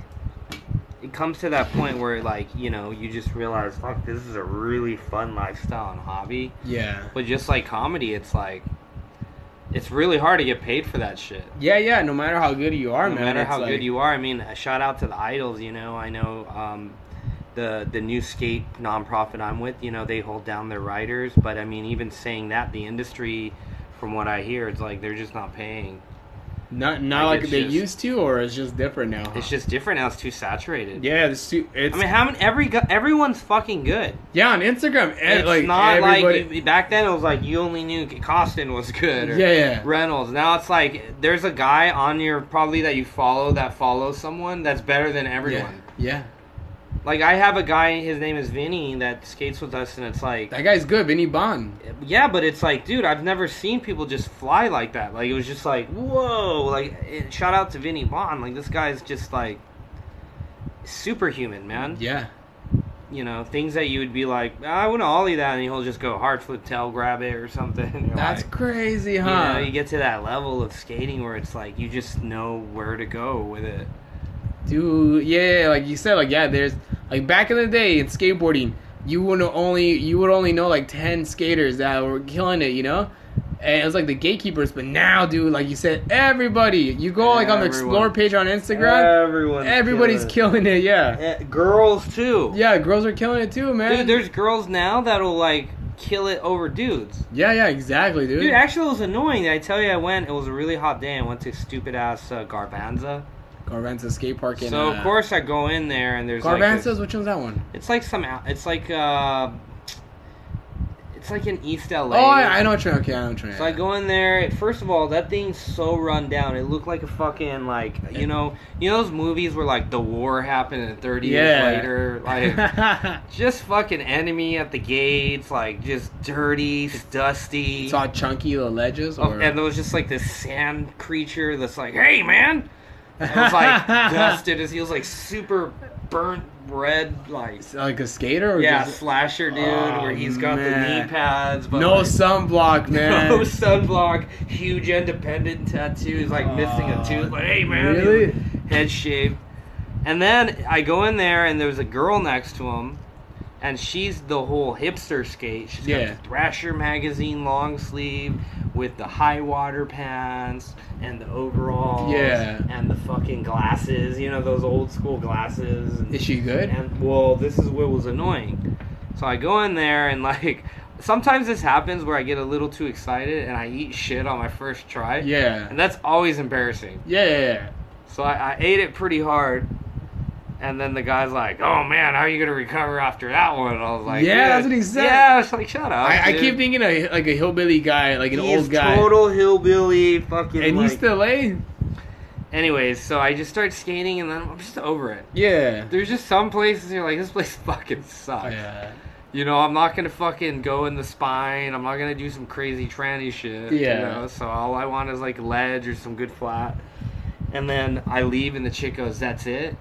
Speaker 2: it comes to that point where like you know you just realize fuck this is a really fun lifestyle and hobby.
Speaker 1: yeah,
Speaker 2: But just like comedy, it's like it's really hard to get paid for that shit.
Speaker 1: yeah, yeah. No matter how good you are,
Speaker 2: no
Speaker 1: man,
Speaker 2: matter
Speaker 1: it's
Speaker 2: how
Speaker 1: like-
Speaker 2: good you are. I mean, a shout out to the idols. You know, I know um, the the new skate nonprofit I'm with. You know, they hold down their riders, but I mean, even saying that, the industry, from what I hear, it's like they're just not paying.
Speaker 1: not not
Speaker 2: like,
Speaker 1: like
Speaker 2: it's
Speaker 1: they
Speaker 2: just-
Speaker 1: used to, or it's just different now.
Speaker 2: It's
Speaker 1: huh?
Speaker 2: just different now. It's too saturated.
Speaker 1: yeah, it's, too- it's
Speaker 2: I mean, how many? Every gu- everyone's fucking good.
Speaker 1: yeah on Instagram. And, Eh,
Speaker 2: It's
Speaker 1: like
Speaker 2: not
Speaker 1: everybody,
Speaker 2: like back then. It was like you only knew Costin was good. Or
Speaker 1: yeah, yeah,
Speaker 2: Reynolds. Now it's like there's a guy on your probably that you follow that follows someone that's better than
Speaker 1: yeah,
Speaker 2: everyone.
Speaker 1: yeah.
Speaker 2: Like I have a guy. His name is Vinny that skates with us, and it's like.
Speaker 1: That guy's good, Vinny Bond.
Speaker 2: yeah, but it's like, dude, I've never seen people just fly like that. Like it was just like, whoa! Like it, shout out to Vinny Bond. Like this guy's just like superhuman, man.
Speaker 1: Yeah,
Speaker 2: you know, things that you would be like, I want to ollie that, and he'll just go hard flip tail grab it or something. You're
Speaker 1: that's
Speaker 2: like,
Speaker 1: crazy,
Speaker 2: you
Speaker 1: huh?
Speaker 2: know, you get to that level of skating where it's like you just know where to go with it.
Speaker 1: Dude, yeah, like you said, like yeah, there's like back in the day in skateboarding, you would only you would only know like ten skaters that were killing it, you know. And it was like the gatekeepers, but now, dude, like you said, everybody, you go like on the explore
Speaker 2: Everyone.
Speaker 1: page on Instagram,
Speaker 2: Everyone's Eh,
Speaker 1: everybody's killing it, yeah,
Speaker 2: girls too.
Speaker 1: yeah, girls are killing it too, man.
Speaker 2: dude, there's girls now that'll like kill it over dudes.
Speaker 1: yeah, yeah, exactly, dude.
Speaker 2: Dude, actually, it was annoying. I tell you, I went. It was a really hot day. I went to stupid ass uh, Garbanza.
Speaker 1: Carvanza skate park. In,
Speaker 2: so
Speaker 1: uh,
Speaker 2: of course I go in there and there's like
Speaker 1: Carvanza's.
Speaker 2: this-
Speaker 1: which one's that one?
Speaker 2: it's like some out- it's like uh it's like in East LA.
Speaker 1: Oh, I, I know what you're. Okay, I know what you're.
Speaker 2: So I go in there. and First of all, that thing's so run down. It looked like a fucking like you know you know those movies where like the war happened and 30
Speaker 1: Yeah.
Speaker 2: years later like just fucking enemy at the gates like just dirty, dusty.
Speaker 1: it's all chunky the ledges.
Speaker 2: Oh,
Speaker 1: Or...
Speaker 2: and there was just like this sand creature that's like, hey man, and it was like dusted. His he was like super burnt red, like
Speaker 1: It's like a skater. Or
Speaker 2: yeah,
Speaker 1: Just...
Speaker 2: slasher dude,
Speaker 1: Oh,
Speaker 2: where he's got the
Speaker 1: man.
Speaker 2: knee pads, but
Speaker 1: No
Speaker 2: like,
Speaker 1: sunblock, man.
Speaker 2: no sunblock, huge independent tattoo. He's like missing a
Speaker 1: Oh,
Speaker 2: tooth. Like, hey man,
Speaker 1: really?
Speaker 2: head shaved. And then I go in there, and there's a girl next to him, and she's the whole hipster skate. She's
Speaker 1: Yeah.
Speaker 2: got the Thrasher magazine long sleeve with the high water pants and the overalls,
Speaker 1: Yeah.
Speaker 2: and the fucking glasses. You know those old school glasses. and-
Speaker 1: Is she good?
Speaker 2: and well, this is what was annoying. So I go in there and like sometimes this happens where I get a little too excited and I eat shit on my first try.
Speaker 1: Yeah.
Speaker 2: And that's always embarrassing.
Speaker 1: Yeah, yeah, yeah.
Speaker 2: So I, I ate it pretty hard. And then the guy's like, "Oh man, how are you gonna recover after that one?" And I was like,
Speaker 1: Yeah,
Speaker 2: "Dude,
Speaker 1: that's what he said.
Speaker 2: Yeah, it's like, "Shut up."
Speaker 1: I, I
Speaker 2: dude."
Speaker 1: keep thinking of like a hillbilly guy, like an
Speaker 2: He's
Speaker 1: old guy,
Speaker 2: total hillbilly, fucking.
Speaker 1: and
Speaker 2: like-
Speaker 1: he's still late.
Speaker 2: Anyways, so I just start skating, and then I'm just over it.
Speaker 1: Yeah.
Speaker 2: There's just some places you're like, "This place fucking sucks."
Speaker 1: Yeah.
Speaker 2: You know, I'm not gonna fucking go in the spine. I'm not gonna do some crazy tranny shit.
Speaker 1: Yeah.
Speaker 2: You know, so all I want is like ledge or some good flat. And then I leave, and the chick goes, "That's it."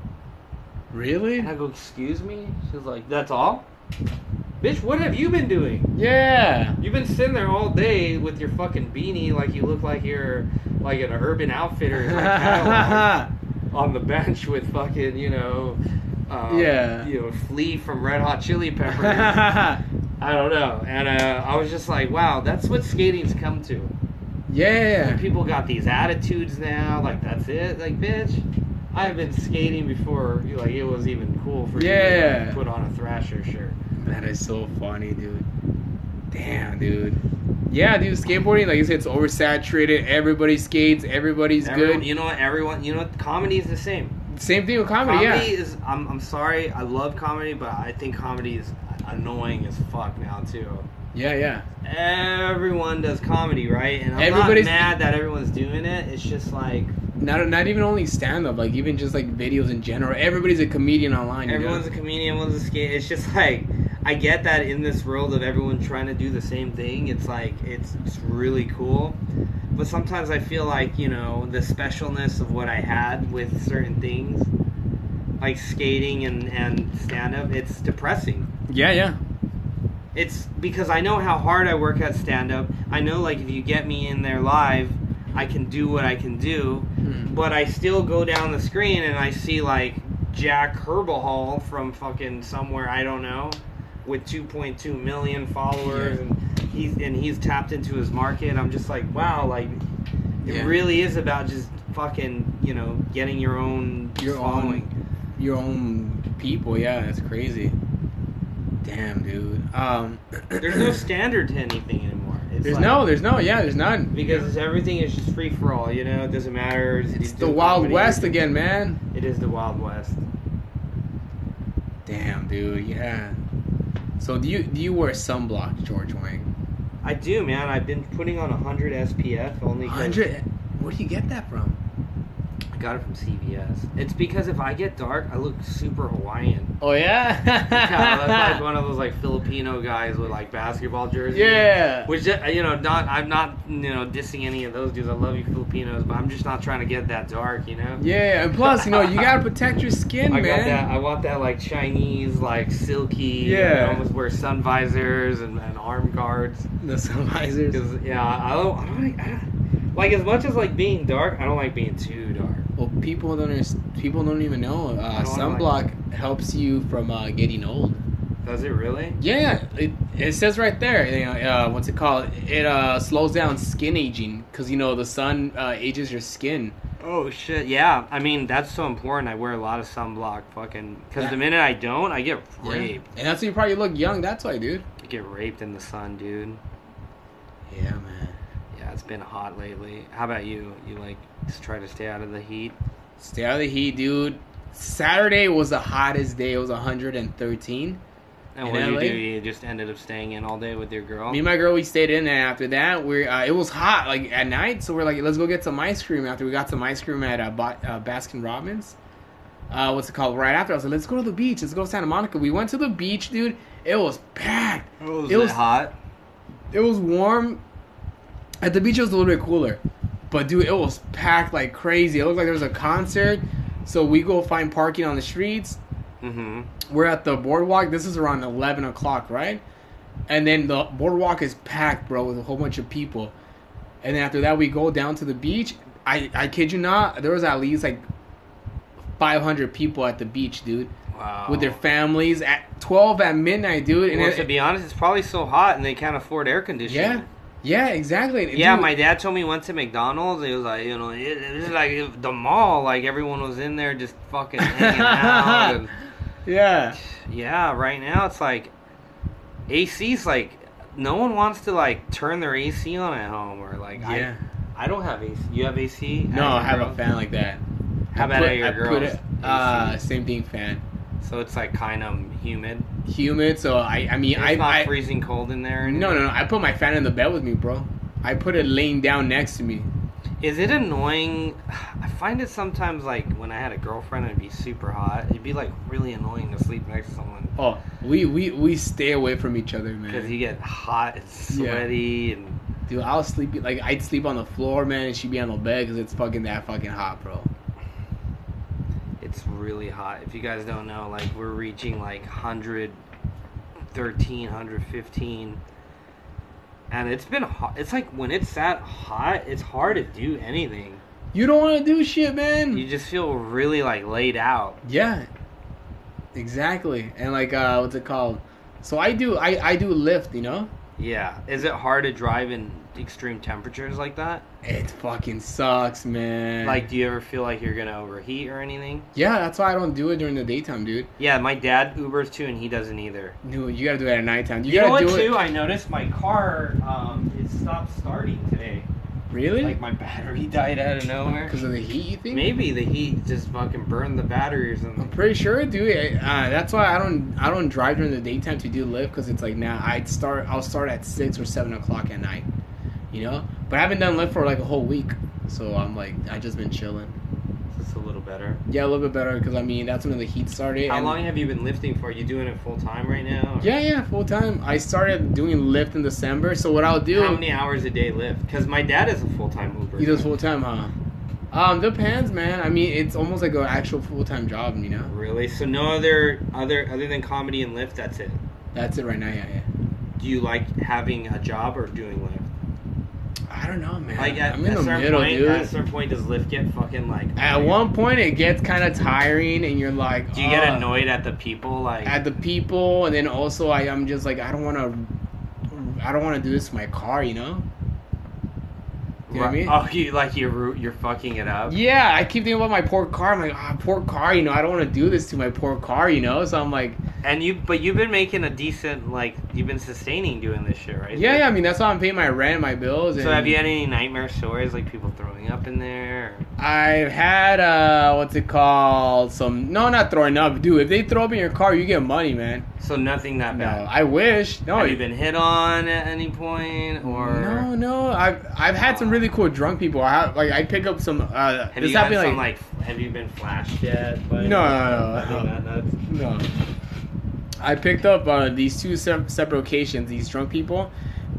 Speaker 1: Really?
Speaker 2: And I go, "Excuse me." She's like, "That's all." Bitch, what have you been doing?
Speaker 1: Yeah.
Speaker 2: You've been sitting there all day with your fucking beanie, like you look like you're like an Urban Outfitters like, catalog on the bench with fucking you know, um,
Speaker 1: Yeah.
Speaker 2: you know, flea from Red Hot Chili Peppers. I don't know. And uh, I was just like, wow, that's what skating's come to.
Speaker 1: yeah.
Speaker 2: And people got these attitudes now, like that's it, like bitch. I've been skating before, like it was even cool for you to
Speaker 1: Yeah.
Speaker 2: like, put on a Thrasher shirt.
Speaker 1: That is so funny, dude. Damn, dude. Yeah, dude. Skateboarding, like you said, it's oversaturated. Everybody skates. Everybody's
Speaker 2: Everyone-
Speaker 1: good.
Speaker 2: You know what? Everyone, you know what? Comedy is the same.
Speaker 1: Same thing with comedy.
Speaker 2: Comedy
Speaker 1: Yeah.
Speaker 2: is. I'm, I'm sorry. I love comedy, but I think comedy is annoying as fuck now too.
Speaker 1: Yeah, yeah.
Speaker 2: Everyone does comedy, right? And I'm
Speaker 1: Everybody's-
Speaker 2: not mad that everyone's doing it. It's just like
Speaker 1: Not not even only stand up, like even just like videos in general. Everybody's a comedian online. You
Speaker 2: Everyone's
Speaker 1: know?
Speaker 2: a comedian, everyone's a skate. It's just like I get that in this world of everyone trying to do the same thing. It's like it's it's really cool, but sometimes I feel like you know the specialness of what I had with certain things, like skating and and stand up. It's depressing.
Speaker 1: Yeah, yeah.
Speaker 2: It's because I know how hard I work at stand up. I know like if you get me in there live, I can do what I can do
Speaker 1: Hmm.
Speaker 2: but I still go down the screen and I see like Jack Herbahall from fucking somewhere I don't know, with 2.2 million followers,
Speaker 1: Yeah.
Speaker 2: and he's and he's tapped into his market. I'm just like, wow, like it
Speaker 1: Yeah.
Speaker 2: really is about just fucking you know getting your own
Speaker 1: Your own-
Speaker 2: following.
Speaker 1: Your own people. Yeah, that's crazy. Damn, dude. Um,
Speaker 2: There's no standard to anything anymore. It's
Speaker 1: There's
Speaker 2: like-
Speaker 1: no. There's no. Yeah, there's none.
Speaker 2: because everything is just free for all. You know, it doesn't matter.
Speaker 1: It's the Wild West again, man.
Speaker 2: It is the Wild West.
Speaker 1: Damn, dude. Yeah. So do you do you wear sunblock, George Wang?
Speaker 2: I do, man. I've been putting on 100 SPF only. 'cause-
Speaker 1: Hundred. Where do you get that from?
Speaker 2: I got it from CVS. It's because if I get dark, I look super Hawaiian.
Speaker 1: Oh
Speaker 2: Yeah, that's like
Speaker 1: yeah.
Speaker 2: one of those like Filipino guys with like basketball jerseys.
Speaker 1: yeah.
Speaker 2: Which uh, you know, not I'm not you know dissing any of those dudes. I love you Filipinos, but I'm just not trying to get that dark, you know.
Speaker 1: Yeah, and plus, you know, you gotta protect your skin,
Speaker 2: I got
Speaker 1: man.
Speaker 2: that. I want that like Chinese, like silky.
Speaker 1: Yeah.
Speaker 2: I almost wear sun visors and, and arm guards.
Speaker 1: The sun visors.
Speaker 2: Cause yeah, I don't, I don't like I don't, like as much as like being dark. I don't like being too dark.
Speaker 1: Well, people don't underst- people don't even know uh,
Speaker 2: I don't like
Speaker 1: sunblock helps you from uh, getting old.
Speaker 2: Does it really?
Speaker 1: Yeah, it, it says right there. You know, uh, what's it called? It uh, slows down skin aging because you know the sun uh, ages your skin.
Speaker 2: Oh shit! Yeah, I mean that's so important. I wear a lot of sunblock, fucking. Because the
Speaker 1: Yeah.
Speaker 2: minute I don't, I get
Speaker 1: Yeah.
Speaker 2: raped.
Speaker 1: And that's why you probably look young. That's why, dude.
Speaker 2: I get raped in the sun, dude.
Speaker 1: Yeah, man.
Speaker 2: Yeah, it's been hot lately. How about you? You like just try to stay out of the heat?
Speaker 1: Stay out of the heat, dude. Saturday was the hottest day. It was 113.
Speaker 2: And
Speaker 1: In
Speaker 2: what did you
Speaker 1: LA?
Speaker 2: do? You just ended up staying in all day with your girl.
Speaker 1: Me and my girl, we stayed in, and after that, we uh, it was hot like at night, so we're like, let's go get some ice cream. After we got some ice cream at uh, ba- uh, Baskin Robbins, uh, what's it called? Right after, I was like, let's go to the beach. Let's go to Santa Monica. We went to the beach, dude. It was packed.
Speaker 2: was
Speaker 1: it was-
Speaker 2: Oh, hot.
Speaker 1: It was warm. At the beach, it was a little bit cooler, but dude, it was packed like crazy. It looked like there was a concert. So we go find parking on the streets.
Speaker 2: Mm-hmm.
Speaker 1: we're at the boardwalk. This is around eleven o'clock, right? And then the boardwalk is packed, bro, with a whole bunch of people. And then after that, we go down to the beach. I I kid you not, there was at least like five hundred people at the beach, dude,
Speaker 2: Wow.
Speaker 1: with their families at twelve at midnight, dude. And
Speaker 2: Well,
Speaker 1: it-
Speaker 2: to be honest, it's probably so hot, and they can't afford air conditioning.
Speaker 1: yeah, yeah, exactly.
Speaker 2: Yeah,
Speaker 1: Dude,
Speaker 2: my dad told me he went to McDonald's. He was like, you know, it, it was like the mall. Like everyone was in there just fucking hanging out. and-
Speaker 1: yeah,
Speaker 2: yeah, right now it's like AC's like no one wants to like turn their AC on at home or like
Speaker 1: yeah.
Speaker 2: I, I don't have AC. You have AC?
Speaker 1: No, I have a
Speaker 2: fan.
Speaker 1: fan like that.
Speaker 2: How
Speaker 1: I
Speaker 2: about
Speaker 1: put-
Speaker 2: at your
Speaker 1: I put
Speaker 2: girl's
Speaker 1: it- Uh,
Speaker 2: AC?
Speaker 1: same thing, fan.
Speaker 2: So it's like kind of humid.
Speaker 1: Humid, so I I mean
Speaker 2: It's
Speaker 1: I
Speaker 2: not
Speaker 1: I,
Speaker 2: freezing cold in there.
Speaker 1: No, no, no. I put my fan in the bed with me, bro. I put it laying down next to me.
Speaker 2: Is it annoying? I find it sometimes like when I had a girlfriend, it'd be super hot. It'd be like really annoying to sleep next to someone
Speaker 1: Oh, we we we stay away from each other,
Speaker 2: because
Speaker 1: man.
Speaker 2: you get hot and
Speaker 1: Yeah.
Speaker 2: sweaty and
Speaker 1: Dude, I'll sleep like I'd sleep on the floor, man, and she'd be on the bed because it's fucking that fucking hot, bro.
Speaker 2: it's really hot. If you guys don't know, like we're reaching like 113, 115. And it's been hot. It's like when it's that hot, it's hard to do anything.
Speaker 1: You don't want to do shit, man.
Speaker 2: You just feel really like laid out.
Speaker 1: Yeah, exactly. And like, uh, what's it called? So I do, I I do lift, you know.
Speaker 2: Yeah. Is it hard to drive in extreme temperatures like that?
Speaker 1: It fucking sucks, man.
Speaker 2: Like, do you ever feel like you're gonna overheat or anything?
Speaker 1: yeah, that's why I don't do it during the daytime, dude.
Speaker 2: Yeah, my dad Ubers too, and he doesn't either.
Speaker 1: No, you gotta do it at nighttime. You,
Speaker 2: You, know
Speaker 1: gotta
Speaker 2: what
Speaker 1: do it.
Speaker 2: too? I noticed my car um, it stopped starting today.
Speaker 1: Really?
Speaker 2: Like my battery died out of nowhere.
Speaker 1: Because of the heat, you think?
Speaker 2: Maybe the heat just fucking burned the battery or
Speaker 1: I'm
Speaker 2: something.
Speaker 1: pretty sure, dude. I- Uh, that's why I don't I don't drive during the daytime to do lift because it's like now I'd start I'll start at six or seven o'clock at night, you know. But I haven't done lift for like a whole week, so I'm like I just been chilling.
Speaker 2: It's a little better.
Speaker 1: Yeah, a little bit better because I mean that's when the heat started.
Speaker 2: How
Speaker 1: and-
Speaker 2: long have you been lifting for? you doing it full time right now? or-
Speaker 1: Yeah, yeah, full time. I started doing lift in December, so what I'll do
Speaker 2: How many hours a day lift? Because my dad is a full time Uber.
Speaker 1: he does full time, huh? Um, depends, man. I mean, it's almost like an actual full time job, you know.
Speaker 2: Really? So no other other other than comedy and lift. That's it.
Speaker 1: That's it right now. Yeah, yeah.
Speaker 2: Do you like having a job or doing lift?
Speaker 1: I don't know, man.
Speaker 2: Like at,
Speaker 1: I'm
Speaker 2: at
Speaker 1: in the
Speaker 2: certain
Speaker 1: middle,
Speaker 2: point,
Speaker 1: dude.
Speaker 2: at a certain point, does lift get fucking like?
Speaker 1: At one point, it gets kind of tiring, and you're like,
Speaker 2: do you get
Speaker 1: "Ugh,"
Speaker 2: annoyed at the people? Like,
Speaker 1: at the people? And then also, I, I'm just like, I don't want to, I don't want to do this to my car, you know? you know what I mean?
Speaker 2: oh, you like you root, you're fucking it up.
Speaker 1: Yeah, I keep thinking about my poor car. I'm like, ah, poor car, you know. I don't want to do this to my poor car, you know. So I'm like,
Speaker 2: And you, but you've been making a decent like you've been sustaining doing this shit, right?
Speaker 1: yeah, yeah. I mean, that's why I'm paying my rent, my bills. And
Speaker 2: So have you had any nightmare stories like people throwing up in there?
Speaker 1: I've had uh, what's it called? Some no, not throwing up, dude. If they throw up in your car, you get money, man.
Speaker 2: So nothing that
Speaker 1: No,
Speaker 2: bad.
Speaker 1: I wish. No,
Speaker 2: have you been hit on at any point or?
Speaker 1: No, no. I've I've had some really cool drunk people. I have, like I pick up some. Uh,
Speaker 2: Have
Speaker 1: this
Speaker 2: you gotten
Speaker 1: happened
Speaker 2: some
Speaker 1: like,
Speaker 2: like, f Have you been flashed yet? by-
Speaker 1: No, no, no,
Speaker 2: Nothing
Speaker 1: no.
Speaker 2: that nuts?
Speaker 1: no. I picked up uh, these two se- separate occasions. These drunk people,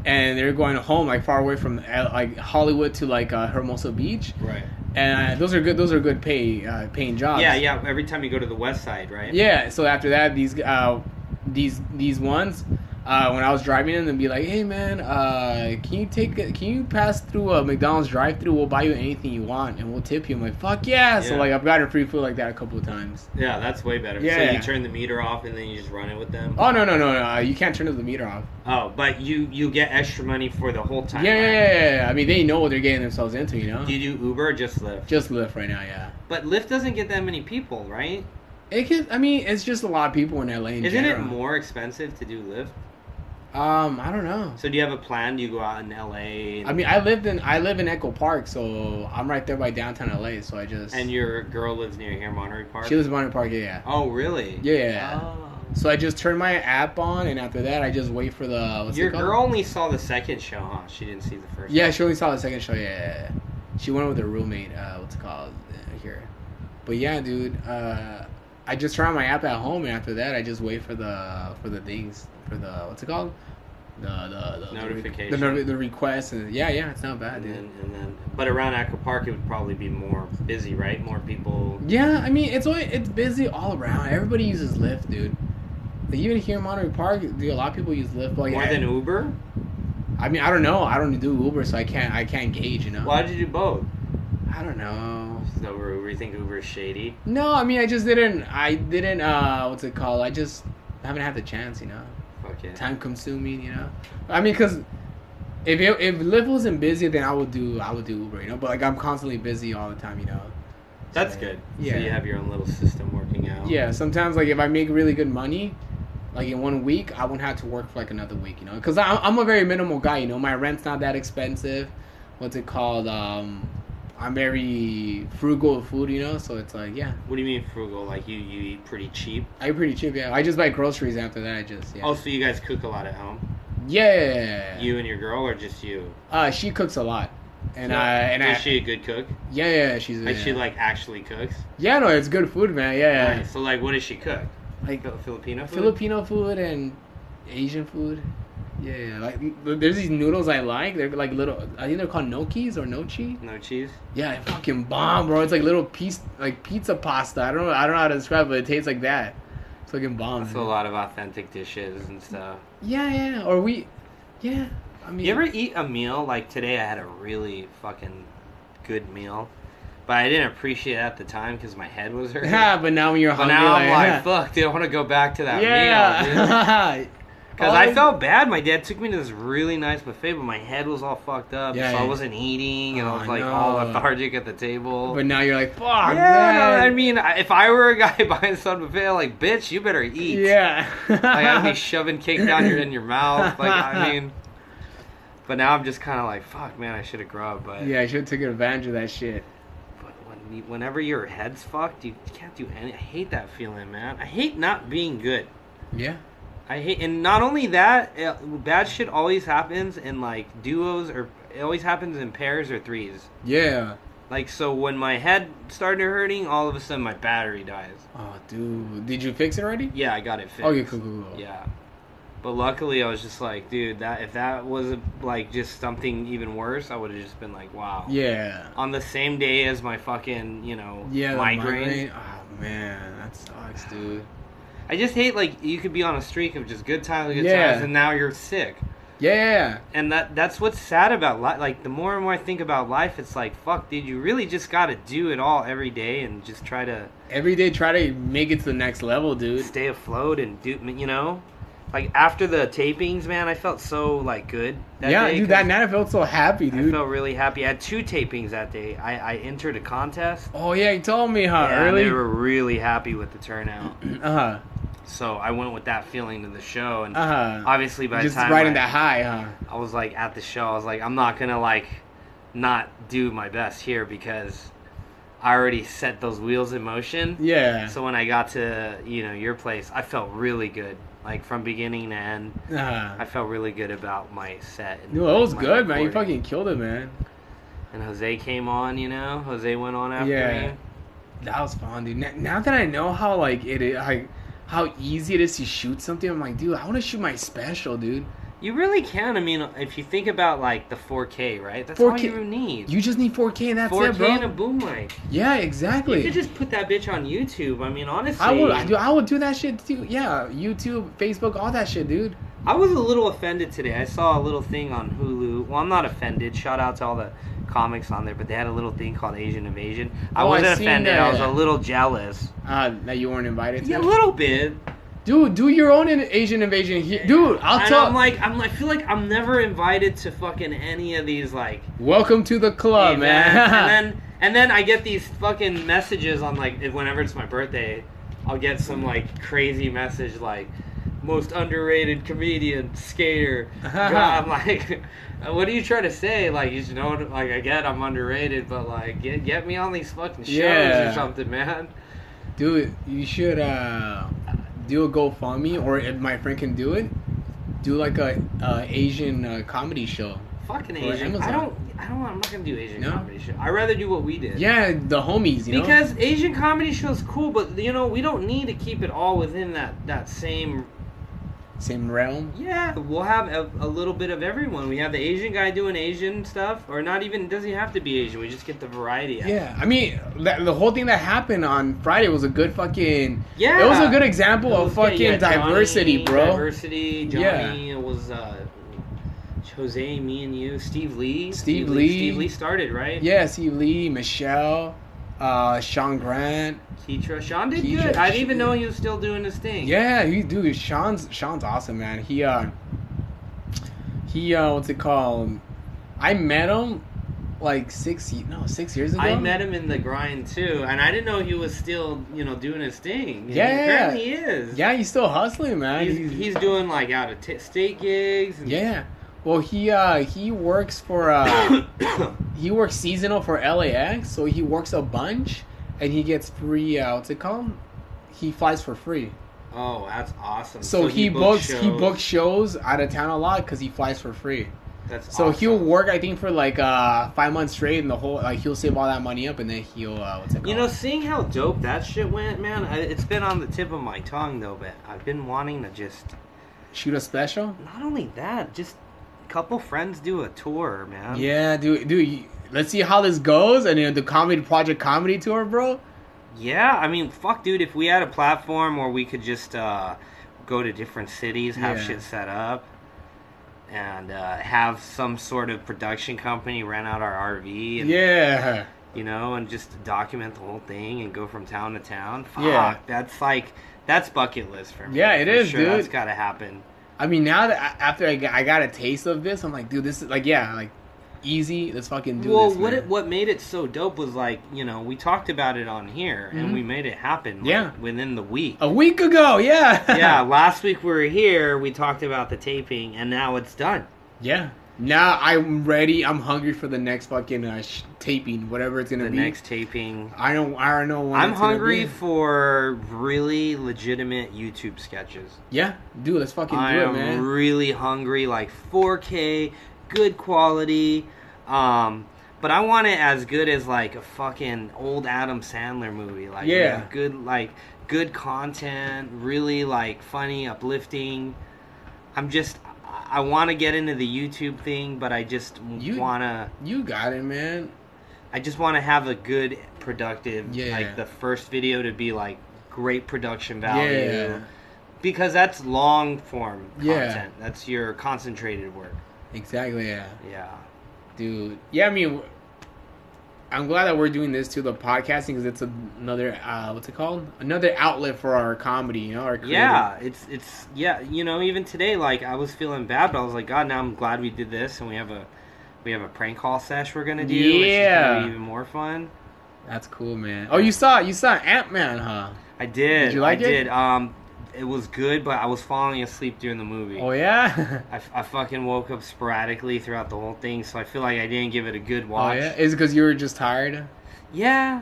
Speaker 1: and they're going home like far away from uh, like Hollywood to like uh, Hermosa Beach,
Speaker 2: Right.
Speaker 1: and uh, those are good. Those are good pay uh, paying jobs.
Speaker 2: Yeah, yeah. Every time you go to the west side, right?
Speaker 1: Yeah. So after that, these uh, these these ones. Uh, when I was driving in, they'd be like, "Hey man, uh, can you take can you pass through a McDonald's drive-through? We'll buy you anything you want, and we'll tip you." I'm like, "Fuck yeah!" So
Speaker 2: Yeah.
Speaker 1: like I've gotten free food like that a couple of times.
Speaker 2: Yeah, that's way better.
Speaker 1: Yeah.
Speaker 2: So you turn the meter off and then you just run it with them.
Speaker 1: Oh no no no no! You can't turn the meter off.
Speaker 2: Oh, but you you get extra money for the whole
Speaker 1: Yeah,
Speaker 2: time.
Speaker 1: yeah,
Speaker 2: right?
Speaker 1: yeah, yeah. I mean, they know what they're getting themselves into, you know.
Speaker 2: Do you do Uber or just Lyft?
Speaker 1: Just Lyft right now, yeah.
Speaker 2: But Lyft doesn't get that many people, right?
Speaker 1: It can. I mean, it's just a lot of people in LA. In
Speaker 2: Isn't it
Speaker 1: general.
Speaker 2: more expensive to do Lyft?
Speaker 1: Um, I don't know.
Speaker 2: So do you have a plan? Do you go out in L.A. And,
Speaker 1: I mean, I lived in I live in Echo Park, so I'm right there by downtown LA. So I just
Speaker 2: and your girl lives near here, Monterey Park.
Speaker 1: she lives in Monterey Park, yeah, yeah.
Speaker 2: Oh, really?
Speaker 1: Yeah, yeah, yeah.
Speaker 2: Oh.
Speaker 1: So I just turn my app on, and after that, I just wait for the what's
Speaker 2: Your
Speaker 1: it called?
Speaker 2: girl only saw the second show, huh? She didn't see the first.
Speaker 1: Yeah, she only saw the second show. Yeah, yeah, yeah. she went with her roommate. Uh, what's it called uh, here? But yeah, dude. Uh, I just turn on my app at home, and after that, I just wait for the for the things for the what's it called? The the, the
Speaker 2: Notification.
Speaker 1: The, noti- the request and yeah, yeah, it's not bad,
Speaker 2: And
Speaker 1: dude.
Speaker 2: then, and then, but around Aqua Park, it would probably be more busy, right? More people.
Speaker 1: Yeah, I mean it's only, it's busy all around. Everybody uses Lyft, dude. Like, even here in Monterey Park, dude, a lot of people use Lyft. But like,
Speaker 2: More
Speaker 1: I,
Speaker 2: than Uber.
Speaker 1: Uh-huh. I mean, I don't know. I don't do Uber, so I can't I can't gauge. You know.
Speaker 2: Why did you do both?
Speaker 1: I don't know.
Speaker 2: Is that where Uber? You think Uber is shady?
Speaker 1: No, I mean I just didn't. I didn't. uh What's it called? I just haven't had the chance. You know,
Speaker 2: Fuck it.
Speaker 1: time consuming. You know, I mean because. If it, if Lyft wasn't busy, then I would do I would do Uber, you know. But like I'm constantly busy all the time, you know.
Speaker 2: That's good.
Speaker 1: Yeah.
Speaker 2: So you have your own little system working out.
Speaker 1: Yeah, sometimes like if I make really good money, like in one week, I won't have to work for like another week, you know. Because I'm I'm a very minimal guy, you know. My rent's not that expensive. What's it called? Um, I'm very frugal with food, you know. So it's like, yeah,
Speaker 2: What do you mean frugal? Like you, you eat pretty cheap.
Speaker 1: I pretty cheap. Yeah, I just buy groceries after that. I just yeah.
Speaker 2: Oh, so you guys cook a lot at home?
Speaker 1: yeah.
Speaker 2: You and your girl, or just you?
Speaker 1: Uh, she cooks a lot, and I and
Speaker 2: is
Speaker 1: I.
Speaker 2: she a good cook?
Speaker 1: yeah, yeah, she's.
Speaker 2: Like
Speaker 1: yeah.
Speaker 2: she like actually cooks.
Speaker 1: yeah, no, it's good food, man. Yeah,
Speaker 2: Nice. So like, what does she cook?
Speaker 1: like
Speaker 2: Fil- Filipino food.
Speaker 1: Filipino food and Asian food. Yeah, yeah, like there's these noodles I like. They're like little. I think they're called gnocchis or nochi.
Speaker 2: No cheese.
Speaker 1: Yeah, they fucking bomb, bro. It's like little piece, like pizza pasta. I don't know. I don't know how to describe, it, but it tastes like that. It's fucking bomb.
Speaker 2: That's a
Speaker 1: dude.
Speaker 2: lot of authentic dishes and stuff.
Speaker 1: Yeah, yeah. Or we, yeah. I mean,
Speaker 2: You ever eat a meal like today? I had a really fucking good meal, but I didn't appreciate it at the time because my head was hurting.
Speaker 1: Yeah, but now when you're
Speaker 2: But
Speaker 1: hungry,
Speaker 2: now I'm like,
Speaker 1: yeah.
Speaker 2: fuck, dude, I want to go back to that meal.
Speaker 1: yeah.
Speaker 2: Because
Speaker 1: Oh,
Speaker 2: I felt bad. My dad took me to this really nice buffet, but my head was all fucked up,
Speaker 1: Yeah,
Speaker 2: so
Speaker 1: yeah.
Speaker 2: I wasn't eating, and
Speaker 1: Oh,
Speaker 2: I was like
Speaker 1: no.
Speaker 2: all lethargic at the table.
Speaker 1: But now you're like, fuck.
Speaker 2: yeah,
Speaker 1: man.
Speaker 2: no, I mean, I- if I were a guy buying some buffet, I'm like, bitch, you better eat.
Speaker 1: yeah.
Speaker 2: Like I'd be shoving cake down your in your mouth. Like I mean, but now I'm just kind of like, fuck, man, I should have grubbed. But
Speaker 1: yeah, I should have taken advantage of that shit.
Speaker 2: but when you, whenever your head's fucked, you can't do any. I hate that feeling, man. I hate not being good.
Speaker 1: Yeah.
Speaker 2: I hate, and not only that, uh, bad shit always happens in like duos or it always happens in pairs or threes.
Speaker 1: Yeah.
Speaker 2: Like so, when my head started hurting, all of a sudden my battery dies.
Speaker 1: Oh, dude, did you fix it already?
Speaker 2: Yeah, I got it fixed.
Speaker 1: Oh, yeah, cool, cool, cool.
Speaker 2: Yeah. But luckily, I was just like, dude, that if that was like just something even worse, I would have just been like, wow.
Speaker 1: Yeah.
Speaker 2: On the same day as my fucking, you know,
Speaker 1: Yeah, the
Speaker 2: migraine.
Speaker 1: migraine. Oh man, that sucks, dude.
Speaker 2: I just hate like you could be on a streak of just good times, good
Speaker 1: Yeah.
Speaker 2: times, and now you're sick.
Speaker 1: Yeah.
Speaker 2: And that that's what's sad about life. Like the more and more I think about life, it's like, fuck, dude, you really just got to do it all every day and just try to
Speaker 1: Every day, try to make it to the next level, dude.
Speaker 2: stay afloat and do, you know. Like after the tapings, man, I felt so like good. That
Speaker 1: yeah,
Speaker 2: day
Speaker 1: dude, that
Speaker 2: 'cause-
Speaker 1: night I felt so happy,
Speaker 2: I
Speaker 1: dude.
Speaker 2: felt really happy. I had two tapings that day. I, I entered a contest.
Speaker 1: oh yeah, you told me, huh?
Speaker 2: and
Speaker 1: early.
Speaker 2: They were really happy with the turnout.
Speaker 1: Uh huh.
Speaker 2: so I went with that feeling to the show. And
Speaker 1: Uh huh.
Speaker 2: obviously, by
Speaker 1: Just
Speaker 2: the time
Speaker 1: riding
Speaker 2: I,
Speaker 1: that high, huh?
Speaker 2: I was like at the show, I was like, I'm not going to like not do my best here because I already set those wheels in motion.
Speaker 1: Yeah.
Speaker 2: So when I got to, you know, your place, I felt really good. Like from beginning to end,
Speaker 1: Uh huh.
Speaker 2: I felt really good about my set. and,
Speaker 1: Dude, that was
Speaker 2: my
Speaker 1: good, man. You
Speaker 2: recording.
Speaker 1: fucking killed it, man.
Speaker 2: And Jose came on, you know. Jose went on after
Speaker 1: Yeah.
Speaker 2: me.
Speaker 1: That was fun, dude. Now, now that I know how like it, is, like how easy it is to shoot something, I'm like, dude, I want to shoot my special, dude.
Speaker 2: You really can. I mean, if you think about like the 4K, right? That's all
Speaker 1: 4K.
Speaker 2: you need.
Speaker 1: You just need 4K and that's
Speaker 2: 4K
Speaker 1: it, bro.
Speaker 2: and a boom mic.
Speaker 1: Yeah,
Speaker 2: You
Speaker 1: exactly.
Speaker 2: could just put that bitch on YouTube. I mean, honestly,
Speaker 1: I would, I do, I would do that shit too. Yeah, YouTube, Facebook, all that shit, dude.
Speaker 2: I was a little offended today. I saw a little thing on Hulu. Well, I'm not offended. Shout out to all the comics on there, but they had a little thing called Asian Invasion. I
Speaker 1: Oh, I
Speaker 2: wasn't
Speaker 1: seen
Speaker 2: offended. I was
Speaker 1: that.
Speaker 2: a little jealous.
Speaker 1: Uh, that you weren't invited to.
Speaker 2: Yeah, a little bit.
Speaker 1: Dude, do your own in- Asian invasion here, dude. I'll
Speaker 2: and
Speaker 1: tell.
Speaker 2: I'm like, I'm. I feel like I'm never invited to fucking any of these like
Speaker 1: Welcome to the club,
Speaker 2: Hey,
Speaker 1: man.
Speaker 2: and then and then I get these fucking messages on like if- whenever it's my birthday, I'll get some like crazy message like most underrated comedian, skater. guy. I'm like, what are you trying to say? Like, you know, like again, I'm underrated, but like, get get me on these fucking shows
Speaker 1: Yeah.
Speaker 2: or something, man.
Speaker 1: Do it. You should uh, do a GoFundMe, or if my friend can do it, do like a, a Asian uh, comedy show.
Speaker 2: Fucking
Speaker 1: Or
Speaker 2: Asian. I
Speaker 1: Amazon.
Speaker 2: don't. I don't. I'm not gonna do Asian
Speaker 1: No?
Speaker 2: comedy show. I would rather do what we did.
Speaker 1: Yeah, the homies, you know.
Speaker 2: Because Asian comedy shows cool, but you know we don't need to keep it all within that that same.
Speaker 1: Same realm.
Speaker 2: Yeah, we'll have a, a little bit of everyone. We have the Asian guy doing Asian stuff, or not even it doesn't have to be Asian. We just get the variety. out.
Speaker 1: Yeah, I mean, that, the whole thing that happened on Friday was a good fucking.
Speaker 2: Yeah.
Speaker 1: It was a good example of
Speaker 2: Those-
Speaker 1: fucking
Speaker 2: yeah, Johnny,
Speaker 1: diversity, bro.
Speaker 2: Diversity. Johnny it was uh, Jose, me and you, Steve Lee.
Speaker 1: Steve Lee.
Speaker 2: Steve Lee started right.
Speaker 1: Yeah, Steve Lee, Michelle, uh, Sean Grant.
Speaker 2: Keitra. Sean did
Speaker 1: Keitra,
Speaker 2: good. I didn't
Speaker 1: she-
Speaker 2: even know he was still doing his thing.
Speaker 1: Yeah, he dude, Sean's Sean's awesome, man. He uh, he uh, what's it called? I met him like six ye- no six years ago.
Speaker 2: I met him in the grind too, and I didn't know he was still, you know, doing his thing.
Speaker 1: Yeah.
Speaker 2: and apparently he is.
Speaker 1: Yeah, he's still hustling, man.
Speaker 2: he's, he's doing like out of t- state gigs. And
Speaker 1: yeah. Well, he uh, he works for uh, he works seasonal for LAX, so he works a bunch, and he gets free. Uh, what's it called? He flies for free.
Speaker 2: oh, that's awesome.
Speaker 1: So, he books he
Speaker 2: shows.
Speaker 1: books shows out of town a lot because he flies for free.
Speaker 2: That's
Speaker 1: So he'll
Speaker 2: awesome.
Speaker 1: work, I think, for like uh five months straight, and the whole like he'll save all that money up, and then he'll uh, what's it called?
Speaker 2: You know, seeing how dope that shit went, man, I, it's been on the tip of my tongue though, but I've been wanting to just
Speaker 1: shoot a special.
Speaker 2: not only that, just a couple friends do a tour, man.
Speaker 1: Yeah, dude, dude, you- let's see how this goes, and then the comedy project comedy tour, bro.
Speaker 2: Yeah, I mean, fuck, dude. If we had a platform where we could just uh, go to different cities, have
Speaker 1: Yeah.
Speaker 2: shit set up, and uh, have some sort of production company rent out our RV, and,
Speaker 1: Yeah,
Speaker 2: you know, and just document the whole thing and go from town to town. Fuck,
Speaker 1: Yeah.
Speaker 2: that's like that's bucket list for me.
Speaker 1: Yeah, it
Speaker 2: it is,
Speaker 1: is, dude.
Speaker 2: That's gotta happen.
Speaker 1: I mean, now that I- after I got, I got a taste of this, I'm like, dude, this is like, yeah, like easy. Let's fucking do
Speaker 2: well,
Speaker 1: this.
Speaker 2: what
Speaker 1: man.
Speaker 2: it, what made it so dope was like you know we talked about it on here and
Speaker 1: Mhm.
Speaker 2: we made it happen. like,
Speaker 1: Yeah.
Speaker 2: within the week.
Speaker 1: a week ago, yeah,
Speaker 2: yeah, last week we were here, we talked about the taping, and now it's done.
Speaker 1: yeah. Now I'm ready. I'm hungry for the next fucking uh, sh- taping, whatever it's gonna
Speaker 2: The
Speaker 1: be.
Speaker 2: next taping.
Speaker 1: I don't, I don't know. When
Speaker 2: I'm
Speaker 1: it's gonna
Speaker 2: hungry
Speaker 1: be.
Speaker 2: for really legitimate YouTube sketches.
Speaker 1: Yeah, dude, let's fucking
Speaker 2: I
Speaker 1: do it,
Speaker 2: am
Speaker 1: man.
Speaker 2: really hungry, like 4K, good quality. Um, but I want it as good as like a fucking old Adam Sandler movie. Like
Speaker 1: Yeah.
Speaker 2: with good like good content, really like funny, uplifting. I'm just I- I want to get into the YouTube thing, but I just
Speaker 1: You-
Speaker 2: want to
Speaker 1: You got it, man.
Speaker 2: I just want to have a good productive
Speaker 1: Yeah.
Speaker 2: like the first video to be like great production value
Speaker 1: Yeah.
Speaker 2: because that's long form content.
Speaker 1: Yeah.
Speaker 2: That's your concentrated work.
Speaker 1: Exactly, yeah.
Speaker 2: Yeah.
Speaker 1: Dude. Yeah, I mean I'm glad that we're doing this to the podcasting because it's another uh what's it called? Another outlet for our comedy, you know, our creative.
Speaker 2: Yeah, it's it's yeah, you know, even today like I was feeling bad, but I was like god, now I'm glad we did this and we have a we have a prank call sesh we're going to do, which is gonna
Speaker 1: Yeah.
Speaker 2: be even more fun.
Speaker 1: That's cool, man. Oh, you saw you saw Ant Man, huh?
Speaker 2: I did.
Speaker 1: Did you like
Speaker 2: I
Speaker 1: it?
Speaker 2: did. Um it was good, but I was falling asleep during the movie.
Speaker 1: Oh yeah?
Speaker 2: I, I fucking woke up sporadically throughout the whole thing, so I feel like I didn't give it a good
Speaker 1: Oh
Speaker 2: watch.
Speaker 1: yeah? Is it because you were just tired?
Speaker 2: Yeah.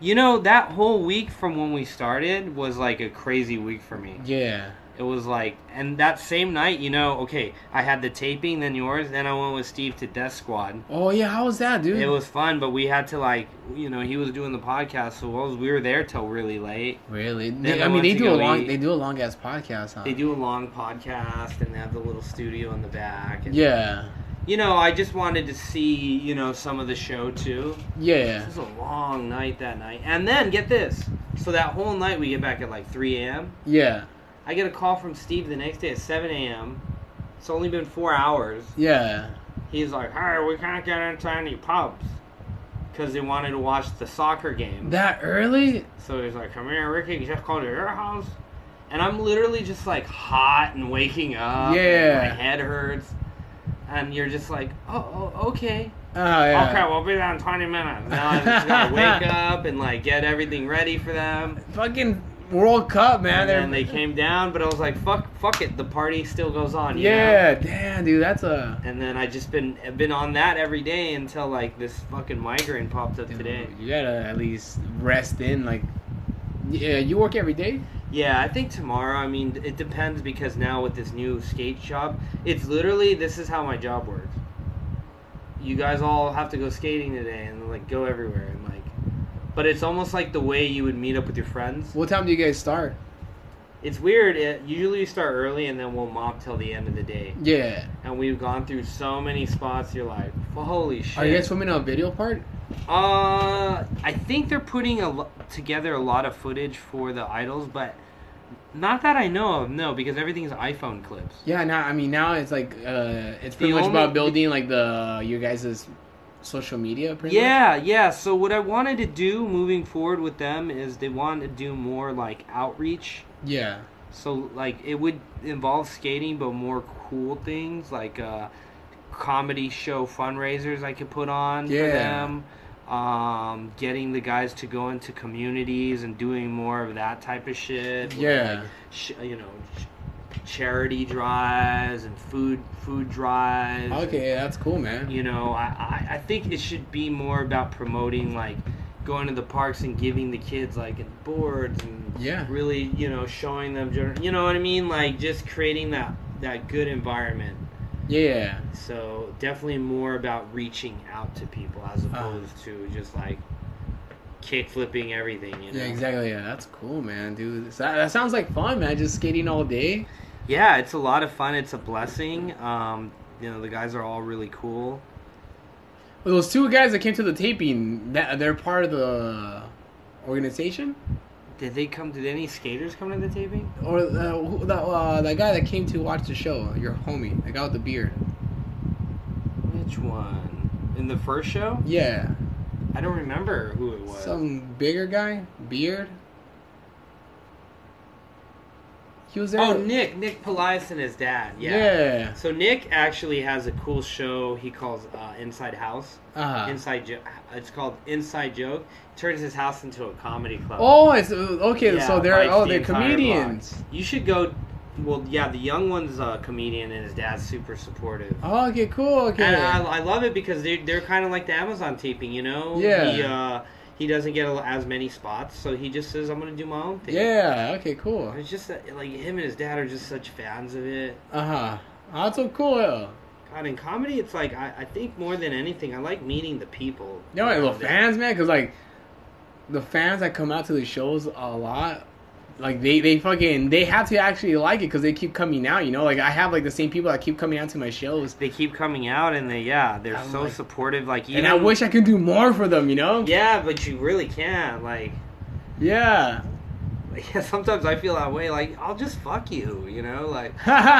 Speaker 2: You know, that whole week from when we started was like a crazy week for me.
Speaker 1: Yeah.
Speaker 2: It was like, and that same night, you know, okay, I had the taping, then yours, then I went with Steve to Death Squad.
Speaker 1: Oh yeah, how was that, dude?
Speaker 2: It was fun, but we had to like, you know, he was doing the podcast, so what was, we were there till really late.
Speaker 1: really.
Speaker 2: Then
Speaker 1: They,
Speaker 2: I
Speaker 1: I mean,
Speaker 2: went
Speaker 1: they
Speaker 2: to
Speaker 1: do
Speaker 2: go
Speaker 1: a long
Speaker 2: eat.
Speaker 1: they do a long ass podcast, huh?
Speaker 2: They do a long podcast and they have the little studio in the back. And,
Speaker 1: Yeah.
Speaker 2: You know, I just wanted to see, you know, some of the show too.
Speaker 1: Yeah.
Speaker 2: This was a long night that night. And then get this. So that whole night we get back at like 3 a.m.
Speaker 1: Yeah.
Speaker 2: I get a call from Steve the next day at 7 a.m. It's only been four hours.
Speaker 1: Yeah.
Speaker 2: He's like, hey, we can't get into any pubs. Because they wanted to watch the soccer game.
Speaker 1: That early?
Speaker 2: so he's like, come here, Ricky, you just called to your house. And I'm literally just like hot and waking up. and
Speaker 1: Yeah.
Speaker 2: my head hurts. And you're just like, oh, oh okay.
Speaker 1: Oh yeah.
Speaker 2: Okay, we'll be there in 20 minutes. Now I just gotta wake up and like get everything ready for them.
Speaker 1: Fucking World Cup, man.
Speaker 2: and
Speaker 1: They're-
Speaker 2: then they came down, but I was like, fuck, fuck it. The party still goes on. you know?
Speaker 1: yeah, damn, dude, that's a.
Speaker 2: And then I just been I've been on that every day until like this fucking migraine popped up today.
Speaker 1: You gotta at least rest in, like. Yeah, you work every day.
Speaker 2: Yeah, I think tomorrow. I mean, it depends because now with this new skate shop, it's literally this is how my job works. You guys all have to go skating today and like go everywhere and like, but it's almost like the way you would meet up with your friends.
Speaker 1: What time do you guys start?
Speaker 2: It's weird. It, usually you start early and then we'll mop till the end of the day.
Speaker 1: Yeah.
Speaker 2: And we've gone through so many spots. You're like, well, holy shit.
Speaker 1: Are you guys filming a video part?
Speaker 2: Uh, I think they're putting a lo- together a lot of footage for the idols, but not that I know of. No, because everything's iPhone clips.
Speaker 1: Yeah. Now, I mean, now it's like uh, it's pretty
Speaker 2: The
Speaker 1: much
Speaker 2: only-
Speaker 1: about building like the your guys' social media. Pretty
Speaker 2: Yeah, yeah. So what I wanted to do moving forward with them is they wanted to do more like outreach.
Speaker 1: Much? Yeah.
Speaker 2: So like it would involve skating, but more cool things like uh, comedy show fundraisers I could put on for
Speaker 1: Yeah.
Speaker 2: them. Um, getting the guys to go into communities and doing more of that type of shit. where,
Speaker 1: Yeah.
Speaker 2: like, sh- you know, ch- charity drives and food food drives. and,
Speaker 1: Okay, that's cool, man.
Speaker 2: you know, I, I I think it should be more about promoting like going to the parks and giving the kids like boards and
Speaker 1: Yeah.
Speaker 2: really you know showing them gener- you know what I mean like just creating that that good environment.
Speaker 1: Yeah.
Speaker 2: So definitely more about reaching out to people as
Speaker 1: Uh-huh.
Speaker 2: opposed to just like kick flipping everything. You know?
Speaker 1: Yeah, exactly. Yeah, that's cool, man, dude. That, that sounds like fun, man. Just skating all day.
Speaker 2: Yeah, it's a lot of fun. It's a blessing. Um, you know, the guys are all really cool.
Speaker 1: Well, those two guys that came to the taping, that they're part of the organization,
Speaker 2: Did they come? Did any skaters come to the taping?
Speaker 1: or uh, who- that uh, that guy that came to watch the show, your homie, the guy with the beard.
Speaker 2: Which one? In the first show?
Speaker 1: Yeah,
Speaker 2: I don't remember who it was.
Speaker 1: some bigger guy, beard. He was there.
Speaker 2: oh, Nick. Nick Pelias and his dad. Yeah.
Speaker 1: Yeah.
Speaker 2: So Nick actually has a cool show he calls uh, Inside House.
Speaker 1: Uh-huh.
Speaker 2: Inside Joke. It's called Inside Joke. Turns his house into a comedy club.
Speaker 1: oh, it's uh, okay.
Speaker 2: Yeah,
Speaker 1: so they're
Speaker 2: bites
Speaker 1: oh
Speaker 2: the
Speaker 1: they're
Speaker 2: entire
Speaker 1: comedians.
Speaker 2: block. You should go. Well, yeah, the young one's a comedian and his dad's super supportive.
Speaker 1: Oh, okay, cool. Okay.
Speaker 2: And I, I love it because they, they're kind of like the Amazon taping, you know?
Speaker 1: Yeah.
Speaker 2: He, uh, he doesn't get a- as many spots, so he just says, I'm going to do my own thing.
Speaker 1: yeah. Okay. Cool.
Speaker 2: It's just that, like him and his dad are just such fans of it.
Speaker 1: Uh huh. Oh, that's so cool.
Speaker 2: God, in comedy, it's like I, I think more than anything, I like meeting the people.
Speaker 1: You know, the
Speaker 2: They-
Speaker 1: fans, man, because like the fans that come out to the shows a lot, like they they fucking they have to actually like it because they keep coming out. You know, like I have like the same people that keep coming out to my shows,
Speaker 2: They keep coming out, and they yeah, they're
Speaker 1: I'm
Speaker 2: so
Speaker 1: like-
Speaker 2: supportive. Like even,
Speaker 1: and I wish I could do more for them. You know?
Speaker 2: Yeah, but you really can't. Like,
Speaker 1: Yeah.
Speaker 2: yeah, sometimes I feel that way. Like I'll just fuck you, you know? Like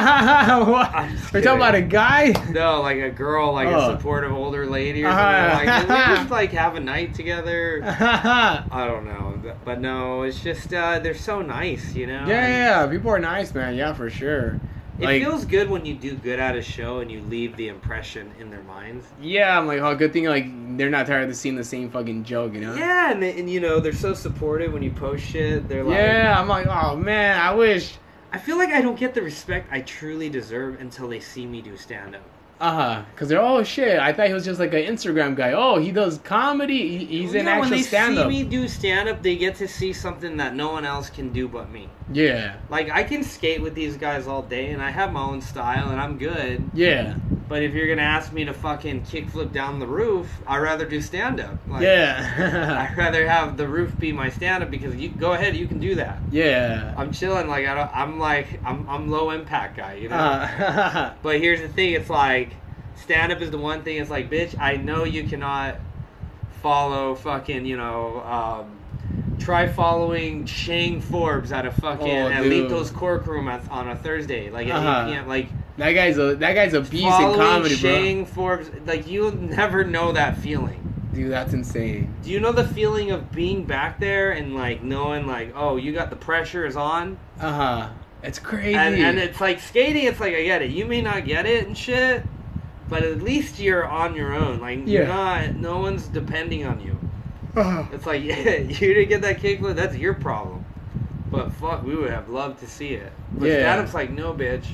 Speaker 1: what?
Speaker 2: I'm just
Speaker 1: We're talking
Speaker 2: kidding.
Speaker 1: about a guy.
Speaker 2: no, like a girl, like
Speaker 1: Oh.
Speaker 2: a supportive older lady, or
Speaker 1: Uh-huh.
Speaker 2: something. Like, can we just like have a night together.
Speaker 1: yeah,
Speaker 2: I don't know, but no, it's just uh, they're so nice, you know.
Speaker 1: yeah, yeah. People are nice, man. Yeah, for sure.
Speaker 2: It
Speaker 1: Like-
Speaker 2: feels good when you do good at a show and you leave the impression in their minds.
Speaker 1: Yeah, I'm like, oh, good thing like they're not tired of seeing the same fucking joke. You know?
Speaker 2: Yeah, and, they, and you know they're so supportive when you post shit. They're like,
Speaker 1: Yeah, I'm like, oh man, I wish.
Speaker 2: I feel like I don't get the respect I truly deserve until they see me do stand up.
Speaker 1: Uh huh. Cause they're oh shit. I thought he was just like an Instagram guy. Oh, he does comedy. He, he's an
Speaker 2: when
Speaker 1: actual
Speaker 2: they
Speaker 1: stand up.
Speaker 2: see me do stand up, they get to see something that no one else can do but me.
Speaker 1: Yeah,
Speaker 2: Like I can skate with these guys all day, and I have my own style, and I'm good.
Speaker 1: yeah,
Speaker 2: But if you're gonna ask me to fucking kickflip down the roof, I'd rather do stand up. Like,
Speaker 1: yeah,
Speaker 2: I'd rather have the roof be my stand up because you go ahead, you can do that.
Speaker 1: yeah.
Speaker 2: I'm chilling, like I don't, I'm like I'm I'm low impact guy, you know.
Speaker 1: Uh,
Speaker 2: But here's the thing, it's like stand up is the one thing. It's like, bitch, I know you cannot follow fucking, you know, um, try following Shane Forbes at a fucking
Speaker 1: Oh,
Speaker 2: at
Speaker 1: dude.
Speaker 2: Lito's Corkroom at, on a Thursday, like at
Speaker 1: Uh-huh.
Speaker 2: 8 p.m. Like
Speaker 1: that guy's a that guy's a beast in
Speaker 2: following
Speaker 1: comedy,
Speaker 2: Shane Forbes, like you'll never know that feeling.
Speaker 1: bro. Dude, that's insane.
Speaker 2: Do you know the feeling of being back there and like knowing like, oh, you got the pressure is on?
Speaker 1: Uh huh. It's crazy.
Speaker 2: And, and it's like skating, it's like I get it. You may not get it and shit, but at least you're on your own. Like you're
Speaker 1: Yeah.
Speaker 2: not no one's depending on you.
Speaker 1: Ugh.
Speaker 2: It's like you didn't get that kickflip, that's your problem. But fuck, we would have loved to see it. But
Speaker 1: Yeah.
Speaker 2: Adam's like, no, bitch,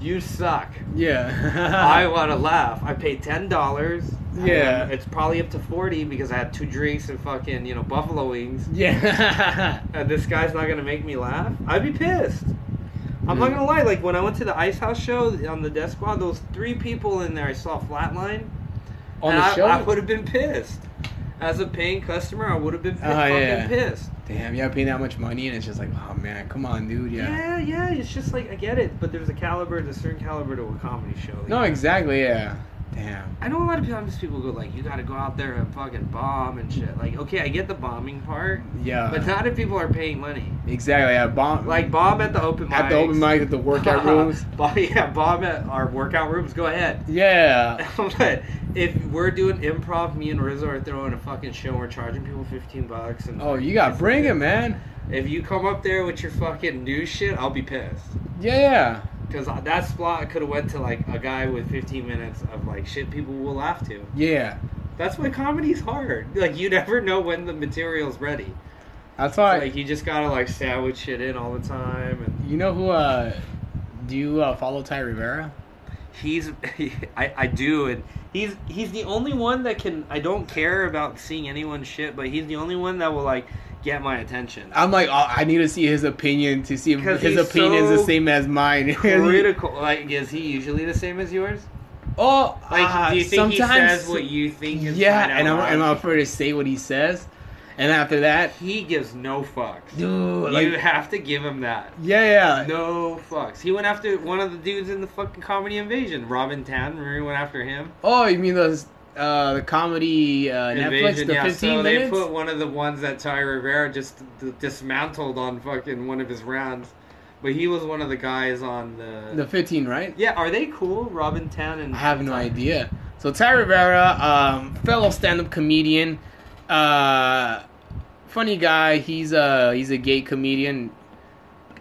Speaker 2: you suck. I
Speaker 1: Yeah.
Speaker 2: want to laugh. I paid ten dollars.
Speaker 1: Uh-huh. Yeah.
Speaker 2: it's probably up to forty because I had two drinks and fucking you know buffalo wings.
Speaker 1: yeah.
Speaker 2: And this guy's not gonna make me laugh. I'd be pissed. I'm not
Speaker 1: Mm.
Speaker 2: gonna lie. Like when I went to the Ice House show on the Death Squad, those three people in there, I saw flatline.
Speaker 1: On
Speaker 2: and
Speaker 1: the
Speaker 2: I,
Speaker 1: show?
Speaker 2: I would have been pissed. As a paying customer, I would have been
Speaker 1: Oh,
Speaker 2: fucking
Speaker 1: yeah.
Speaker 2: pissed.
Speaker 1: Damn, yeah, paying that much money and it's just like, oh man, come on, dude, yeah.
Speaker 2: Yeah. yeah, It's just like I get it, but there's a caliber, there's a certain caliber to a comedy show. Like,
Speaker 1: No, exactly, yeah. Damn.
Speaker 2: I know a lot of times people go like, you gotta go out there and fucking bomb and shit. Like, okay, I get the bombing part,
Speaker 1: Yeah.
Speaker 2: but not if people are paying money.
Speaker 1: exactly, yeah. Bomb
Speaker 2: Like, bomb at the open mic.
Speaker 1: at the open mic at the workout rooms.
Speaker 2: yeah, bomb at our workout rooms. Go ahead.
Speaker 1: Yeah.
Speaker 2: but if we're doing improv, me and Rizzo are throwing a fucking show. We're charging people fifteen bucks. And
Speaker 1: Oh, you gotta bring it, man.
Speaker 2: If you come up there with your fucking new shit, I'll be pissed.
Speaker 1: Yeah,
Speaker 2: Cause that spot could have went to like a guy with 15 minutes of like shit people will laugh to.
Speaker 1: yeah. Yeah.
Speaker 2: That's why comedy's hard. Like you never know when the material's ready.
Speaker 1: That's why
Speaker 2: Like you just gotta like sandwich shit in all the time, and
Speaker 1: you know who uh do you uh, follow Ty Rivera?
Speaker 2: he's I, I do, and he's he's the only one that can. I don't care about seeing anyone's shit, but he's the only one that will like get my attention.
Speaker 1: I'm like, oh, I need to see his opinion to see if
Speaker 2: 'Cause
Speaker 1: his
Speaker 2: he's
Speaker 1: opinion is
Speaker 2: so
Speaker 1: the same as mine.
Speaker 2: Critical. Like is he usually the same as yours?
Speaker 1: oh,
Speaker 2: Like
Speaker 1: ah,
Speaker 2: do you think he
Speaker 1: sometimes-
Speaker 2: says what you think? Is
Speaker 1: Yeah,
Speaker 2: right out
Speaker 1: and I'm,
Speaker 2: loud?
Speaker 1: and I'm afraid to say what he says, and after that,
Speaker 2: He gives no fucks.
Speaker 1: dude,
Speaker 2: you
Speaker 1: like,
Speaker 2: have to give him that.
Speaker 1: yeah, yeah,
Speaker 2: No fucks. He went after one of the dudes in the fucking comedy invasion. Robin Town. Remember he went after him?
Speaker 1: oh, you mean those uh the comedy uh, Netflix,
Speaker 2: Invasion,
Speaker 1: the
Speaker 2: yeah,
Speaker 1: 15
Speaker 2: so
Speaker 1: minutes?
Speaker 2: they put one of the ones that Ty Rivera just d- dismantled on fucking one of his rounds. But he was one of the guys on the.
Speaker 1: the 15, right?
Speaker 2: yeah, are they cool? Robin Town and.
Speaker 1: I have no idea. So Ty Rivera, um, fellow stand-up comedian, uh, funny guy. He's a he's a gay comedian.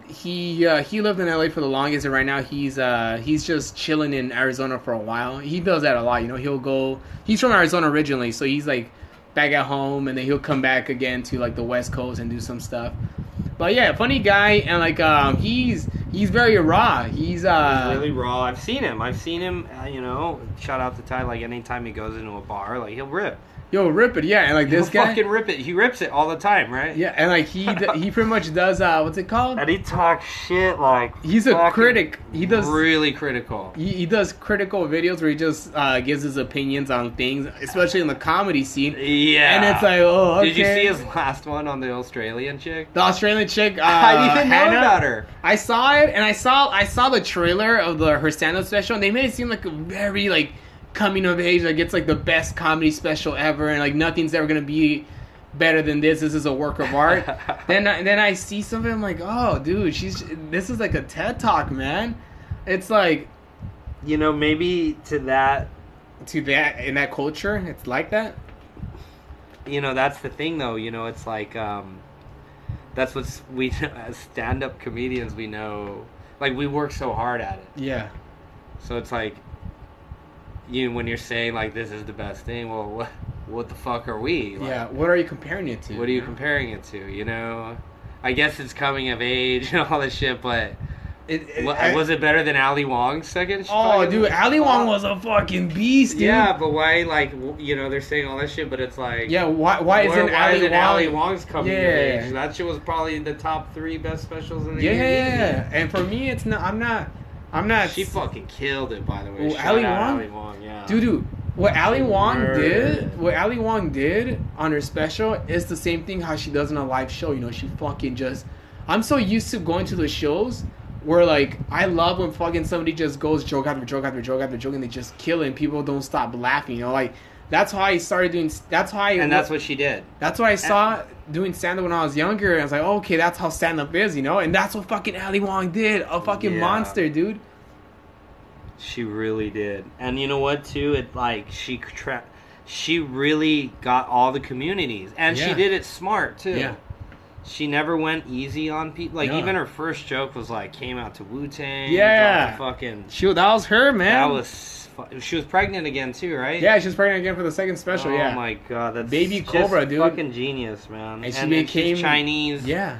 Speaker 1: He uh, he lived in LA for the longest, and right now he's uh, he's just chilling in Arizona for a while. He does that a lot, you know. He'll go. He's from Arizona originally, so he's like back at home, and then he'll come back again to like the West Coast and do some stuff. But yeah, funny guy, and like um, he's he's very raw. He's uh,
Speaker 2: He's really raw. I've seen him. I've seen him, uh, you know, shout out to Ty. Like, anytime he goes into a bar, like, he'll rip.
Speaker 1: yo rip it, yeah, and like this
Speaker 2: he'll
Speaker 1: guy.
Speaker 2: fucking rip it. He rips it all the time, right?
Speaker 1: Yeah, and like he d- he pretty much does uh what's it called?
Speaker 2: And he talks shit like
Speaker 1: He's a
Speaker 2: fucking
Speaker 1: critic. He does-
Speaker 2: really critical.
Speaker 1: He, he does critical videos where he just uh, gives his opinions on things, especially in the comedy scene.
Speaker 2: Yeah,
Speaker 1: And it's like, oh, okay.
Speaker 2: did you see his last one on the Australian chick?
Speaker 1: the Australian chick? Uh,
Speaker 2: I didn't even
Speaker 1: Hannah,
Speaker 2: know about her.
Speaker 1: I saw it, and I saw I saw the trailer of the her stand-up special, and they made it seem like a very like coming of age, like it's like the best comedy special ever, and like nothing's ever gonna be better than this. This is a work of art. then I, then I see something, I'm like, oh, dude, she's this is like a TED talk, man. It's like
Speaker 2: You know, maybe to that,
Speaker 1: to that in that culture, it's like that.
Speaker 2: you know, that's the thing though. You know, it's like um, that's what we as stand-up comedians we know. Like we work so hard at it.
Speaker 1: Yeah.
Speaker 2: So it's like, you when you're saying like this is the best thing. Well, what what the fuck are we? Like,
Speaker 1: Yeah. What are you comparing it to?
Speaker 2: What are you comparing it to? You know, I guess it's coming of age and all this shit, but
Speaker 1: It, it-
Speaker 2: wa-
Speaker 1: I-
Speaker 2: was it better than Ali Wong's second?
Speaker 1: oh,
Speaker 2: fucking-
Speaker 1: dude, Ali Wong was a fucking beast, dude.
Speaker 2: Yeah, but why? Like, w- you know, they're saying all that shit, but it's like,
Speaker 1: Yeah. Why? Why
Speaker 2: where-
Speaker 1: isn't
Speaker 2: why
Speaker 1: Ali
Speaker 2: isn't
Speaker 1: Wong?
Speaker 2: Ali Wong's coming of
Speaker 1: Yeah.
Speaker 2: age? That shit was probably the top three best specials in the
Speaker 1: Yeah,
Speaker 2: year.
Speaker 1: and for me, it's not. I'm not. I'm not.
Speaker 2: She fucking killed it, by the way.
Speaker 1: Well,
Speaker 2: Shout
Speaker 1: Ali
Speaker 2: out
Speaker 1: Wong?
Speaker 2: Ali Wong, yeah.
Speaker 1: dude, dude, what Ali Wong
Speaker 2: Word.
Speaker 1: did, what Ali Wong did on her special is the same thing how she does in a live show. You know, she fucking just. I'm so used to going to the shows where like I love when fucking somebody just goes joke after joke after joke after joke and they just kill it and people don't stop laughing. You know, like that's how I started doing. That's how I.
Speaker 2: and that's what she did.
Speaker 1: That's what I saw doing stand up when I was younger, and I was like, okay, that's how stand up is, you know? And that's what fucking Ali Wong did. A fucking
Speaker 2: Yeah.
Speaker 1: monster, dude.
Speaker 2: She really did. And you know what too? It like she tra- she really got all the communities and she
Speaker 1: Yeah.
Speaker 2: did it smart too.
Speaker 1: Yeah.
Speaker 2: She never went easy on people. Like
Speaker 1: No.
Speaker 2: even her first joke was like came out to Wu Tang.
Speaker 1: Yeah.
Speaker 2: Fucking.
Speaker 1: Shoot, that was her, man.
Speaker 2: That was. Fu- she was pregnant again too, right?
Speaker 1: Yeah, she was pregnant again for the second special,
Speaker 2: oh
Speaker 1: yeah.
Speaker 2: my god, that's
Speaker 1: Baby
Speaker 2: just
Speaker 1: Cobra, dude.
Speaker 2: Fucking genius, man.
Speaker 1: And she
Speaker 2: then she's
Speaker 1: became-
Speaker 2: Chinese.
Speaker 1: Yeah.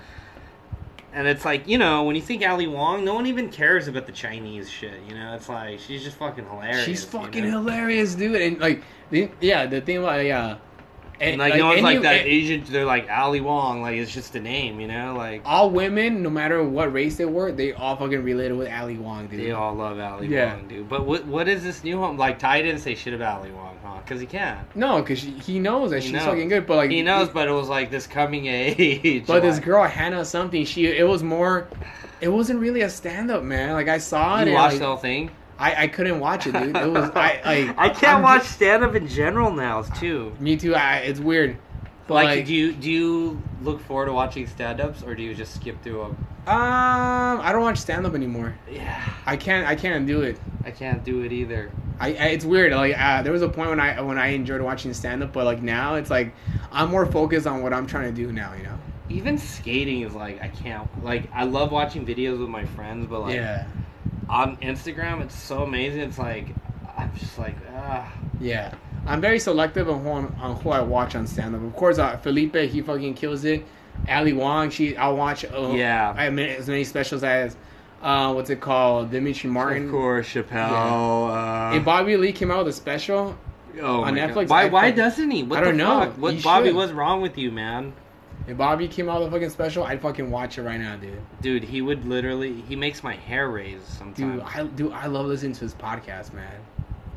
Speaker 2: And it's like, you know, when you think Ali Wong, no one even cares about the Chinese shit, you know? It's like, she's just fucking hilarious.
Speaker 1: She's
Speaker 2: you
Speaker 1: fucking
Speaker 2: know?
Speaker 1: hilarious, dude. And like, the, yeah, the thing about yeah, and,
Speaker 2: And like, no one's
Speaker 1: any-
Speaker 2: like that
Speaker 1: and-
Speaker 2: Asian, they're like Ali Wong, like, it's just a name, you know? Like,
Speaker 1: all women, no matter what race they were, they all fucking related with Ali Wong, dude.
Speaker 2: they all love Ali
Speaker 1: Yeah.
Speaker 2: Wong, dude. But what what is this new home? Like, Ty didn't say shit about Ali Wong, huh? Because he can't.
Speaker 1: No, because he knows that
Speaker 2: He
Speaker 1: she's
Speaker 2: knows.
Speaker 1: fucking good, but like
Speaker 2: He knows, but it was like this coming age.
Speaker 1: But this
Speaker 2: like-
Speaker 1: girl Hannah something, she it was more, it wasn't really a stand up, man. Like I saw it,
Speaker 2: You
Speaker 1: and,
Speaker 2: watched
Speaker 1: like,
Speaker 2: the whole thing?
Speaker 1: I I couldn't watch it, dude. It was I like
Speaker 2: I can't
Speaker 1: I'm-
Speaker 2: watch stand up in general now, too.
Speaker 1: Me too. I, it's weird. But
Speaker 2: Like,
Speaker 1: like,
Speaker 2: do you do you look forward to watching stand ups or do you just skip through them?
Speaker 1: um, I don't watch stand up anymore.
Speaker 2: Yeah,
Speaker 1: I can't. I can't do it.
Speaker 2: I can't do it either.
Speaker 1: I, I it's weird. Like uh, there was a point when I when I enjoyed watching stand up, but like now it's like I'm more focused on what I'm trying to do now. You know.
Speaker 2: Even skating is like I can't. Like I love watching videos with my friends, but like
Speaker 1: yeah.
Speaker 2: on Instagram, it's so amazing. It's like I'm just like ah.
Speaker 1: Yeah. I'm very selective on who, I'm, on who I watch on stand up. Of course, uh, Felipe, he fucking kills it. Ali Wong, she I'll watch uh,
Speaker 2: Yeah.
Speaker 1: I mean, as many specials as uh, what's it called? Dimitri Martin.
Speaker 2: course, Chappelle. uh,
Speaker 1: If Bobby Lee came out with a special,
Speaker 2: oh
Speaker 1: on
Speaker 2: my
Speaker 1: Netflix,
Speaker 2: God. Why?
Speaker 1: I
Speaker 2: Why
Speaker 1: think-
Speaker 2: doesn't he? What
Speaker 1: I don't
Speaker 2: the
Speaker 1: know.
Speaker 2: Fuck? What
Speaker 1: He
Speaker 2: Bobby?
Speaker 1: should.
Speaker 2: What's wrong with you, man?
Speaker 1: if Bobby came out with a fucking special, I'd fucking watch it right now, dude.
Speaker 2: Dude, he would literally. He makes my hair raise
Speaker 1: Dude,
Speaker 2: sometimes.
Speaker 1: I do. I love listening to his podcast, man.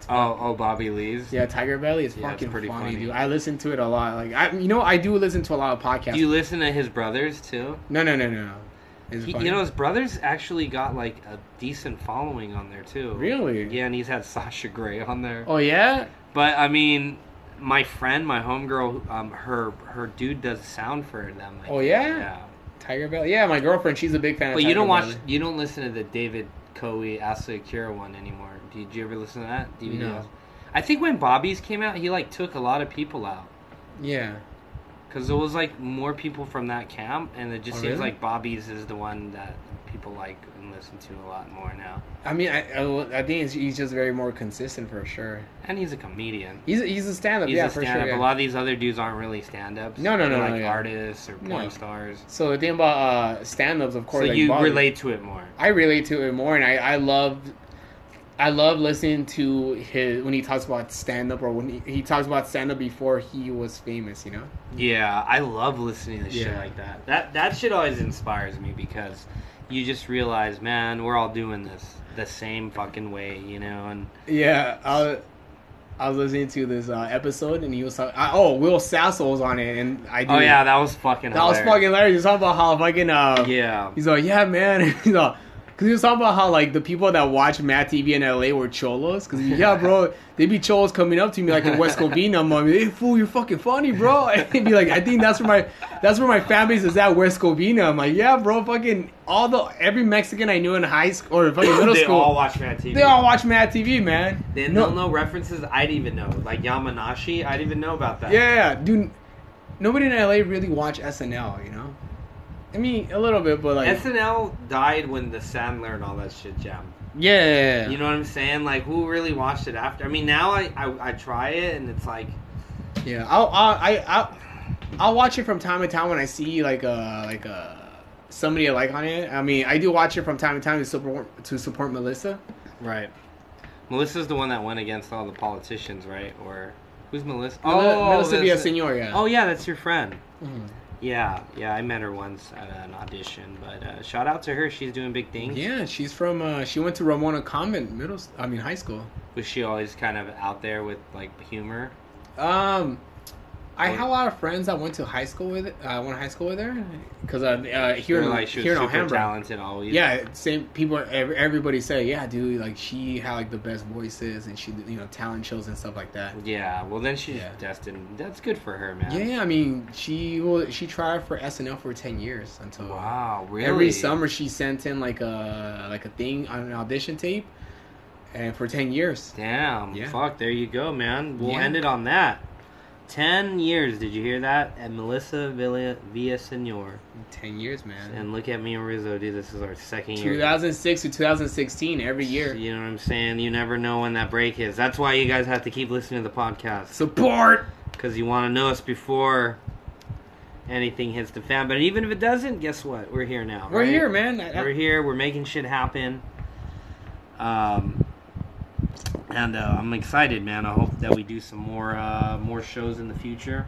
Speaker 2: oh, oh, Bobby Lee's.
Speaker 1: Yeah, Tiger Belly is
Speaker 2: Yeah, it's
Speaker 1: fucking
Speaker 2: pretty
Speaker 1: funny,
Speaker 2: funny.
Speaker 1: dude. I listen to it a lot. Like, I, you know, I do listen to a lot of podcasts.
Speaker 2: Do you listen to his brothers too?
Speaker 1: no, no, no, no, no. It's
Speaker 2: He,
Speaker 1: funny.
Speaker 2: you know, his brothers actually got like a decent following on there too.
Speaker 1: really?
Speaker 2: Yeah, and he's had Sasha Grey on there.
Speaker 1: Oh yeah.
Speaker 2: But I mean, my friend, my homegirl, um, her her dude does sound for them. I
Speaker 1: Oh,
Speaker 2: think.
Speaker 1: yeah? Tiger Belly. Yeah, my girlfriend, she's a big fan. of
Speaker 2: But you
Speaker 1: Tiger
Speaker 2: don't watch,
Speaker 1: Belly.
Speaker 2: you don't listen to the David Coe Asakura one anymore. Did you ever listen to that? DVD?
Speaker 1: No.
Speaker 2: I think when Bobby's came out, he like took a lot of people out.
Speaker 1: Yeah.
Speaker 2: Because there was like more people from that camp, and it just
Speaker 1: Oh,
Speaker 2: seems
Speaker 1: really?
Speaker 2: like Bobby's is the one that people like and listen to a lot more now.
Speaker 1: I mean, I, I, I think it's, he's just very more consistent for sure.
Speaker 2: And he's a comedian.
Speaker 1: He's a- he's a stand up.
Speaker 2: He's
Speaker 1: Yeah,
Speaker 2: a
Speaker 1: for
Speaker 2: stand
Speaker 1: sure.
Speaker 2: up.
Speaker 1: yeah.
Speaker 2: A lot of these other dudes aren't really stand ups.
Speaker 1: No, no, no,
Speaker 2: Like
Speaker 1: no, yeah.
Speaker 2: artists or porn
Speaker 1: No.
Speaker 2: stars.
Speaker 1: So the thing about uh, stand ups, of course,
Speaker 2: so
Speaker 1: like
Speaker 2: you
Speaker 1: Bobby-
Speaker 2: relate to it more.
Speaker 1: I relate to it more, and I I love. I love listening to his when he talks about stand up or when he, he talks about stand up before he was famous, you know?
Speaker 2: Yeah, I love listening to shit
Speaker 1: Yeah.
Speaker 2: like that. That that shit always inspires me because you just realize, man, we're all doing this the same fucking way, you know. And
Speaker 1: Yeah, I, I was listening to this uh, episode and he was talking. Oh, Will Sasso was on it, and I.
Speaker 2: oh yeah, that was fucking.
Speaker 1: That was fucking
Speaker 2: hilarious.
Speaker 1: hilarious. He's talking about how fucking uh,
Speaker 2: Yeah.
Speaker 1: he's like, yeah, man. he's like, cause he was talking about how like the people that watch Matt TV in LA were cholos. Cause he's like, yeah, bro, they be cholos coming up to me like in West Covina. I'm like, hey, fool, you're fucking funny, bro. And he'd be like, I think that's where my that's where my fan base is at West Covina. I'm like, yeah, bro, fucking all the every Mexican I knew in high school or fucking middle
Speaker 2: they
Speaker 1: school,
Speaker 2: all watch Mad TV.
Speaker 1: they all watch Matt TV, man.
Speaker 2: Then
Speaker 1: No-
Speaker 2: they'll know references I'd even know, like Yamanashi. I'd even know about that.
Speaker 1: Yeah, dude. Nobody in LA really watch SNL, you know. I mean, a little bit, but like,
Speaker 2: SNL died when the Sandler and all that shit jammed.
Speaker 1: yeah, yeah, yeah.
Speaker 2: You know what I'm saying? Like, who really watched it after? I mean, now I, I, I try it and it's like,
Speaker 1: Yeah, I'll, I'll I I'll, I'll watch it from time to time when I see like uh like uh somebody I like on it. I mean, I do watch it from time to time to support to support Melissa.
Speaker 2: right. Melissa's the one that went against all the politicians, right? Or who's Melissa? Oh,
Speaker 1: Mel- Melissa
Speaker 2: that's-
Speaker 1: Villaseñor, yeah.
Speaker 2: Oh yeah, that's your friend.
Speaker 1: Mhm.
Speaker 2: Yeah, yeah, I met her once at an audition, but uh, shout out to her. She's doing big things.
Speaker 1: Yeah, she's from uh she went to Ramona Convent middle s- I mean high school.
Speaker 2: Was she always kind of out there with like humor?
Speaker 1: Um I had a lot of friends that went to high school with uh, went to high school with her because uh, uh, here
Speaker 2: Or,
Speaker 1: in
Speaker 2: like she was
Speaker 1: here in
Speaker 2: super
Speaker 1: Alhambra,
Speaker 2: talented always.
Speaker 1: yeah, same people. ev- Everybody say, yeah, dude, like she had like the best voices and she, you know, talent shows and stuff like that.
Speaker 2: Yeah, well then she's
Speaker 1: Yeah.
Speaker 2: destined. That's good for her, man.
Speaker 1: Yeah, I mean, she well, she tried for SNL for ten years until
Speaker 2: Wow, really?
Speaker 1: every summer she sent in like a like a thing on an audition tape, and for ten years.
Speaker 2: Damn.
Speaker 1: Yeah.
Speaker 2: Fuck, there you go, man. We'll
Speaker 1: Yeah.
Speaker 2: end it on that. 10 years, did you hear that? And Melissa Villa Villasenor.
Speaker 1: Ten years, man.
Speaker 2: And look at me and Rizzo, dude. This is our second year.
Speaker 1: Two thousand six to two thousand sixteen, every year.
Speaker 2: You know what I'm saying? You never know when that break is. That's why you guys have to keep listening to the podcast.
Speaker 1: Support.
Speaker 2: Because you want to know us before anything hits the fan. But even if it doesn't, guess what? We're here now.
Speaker 1: We're
Speaker 2: right?
Speaker 1: here, man. I- I-
Speaker 2: We're here. We're making shit happen. Um, and uh, I'm excited, man. I hope that we do some more uh, more shows in the future.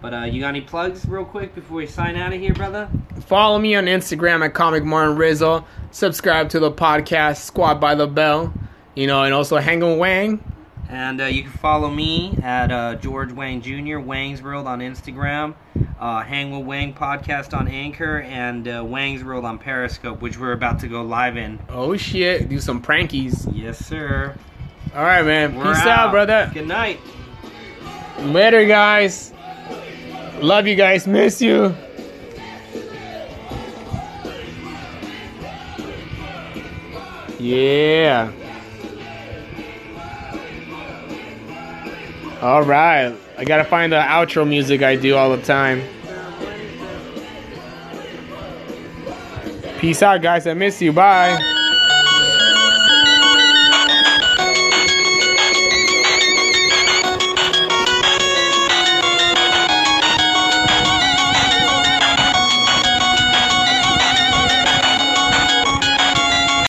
Speaker 2: But uh, you got any plugs, real quick, before we sign out of here, brother?
Speaker 1: Follow me on Instagram at Comic Martin Rizzo. Subscribe to the podcast Squad by the Bell. You know, and also Hang and Wang.
Speaker 2: And uh, you can follow me at uh, George Wang Jr. Wang's World on Instagram, uh, Hang with Wang podcast on Anchor, and uh, Wang's World on Periscope, which we're about to go live in.
Speaker 1: Oh shit, do some prankies.
Speaker 2: Yes, sir.
Speaker 1: All right, man.
Speaker 2: We're
Speaker 1: Peace out, brother.
Speaker 2: Good night.
Speaker 1: Later, guys. Love you guys. Miss you. Yeah. All right. I got to find the outro music I do all the time. Peace out, guys. I miss you. Bye.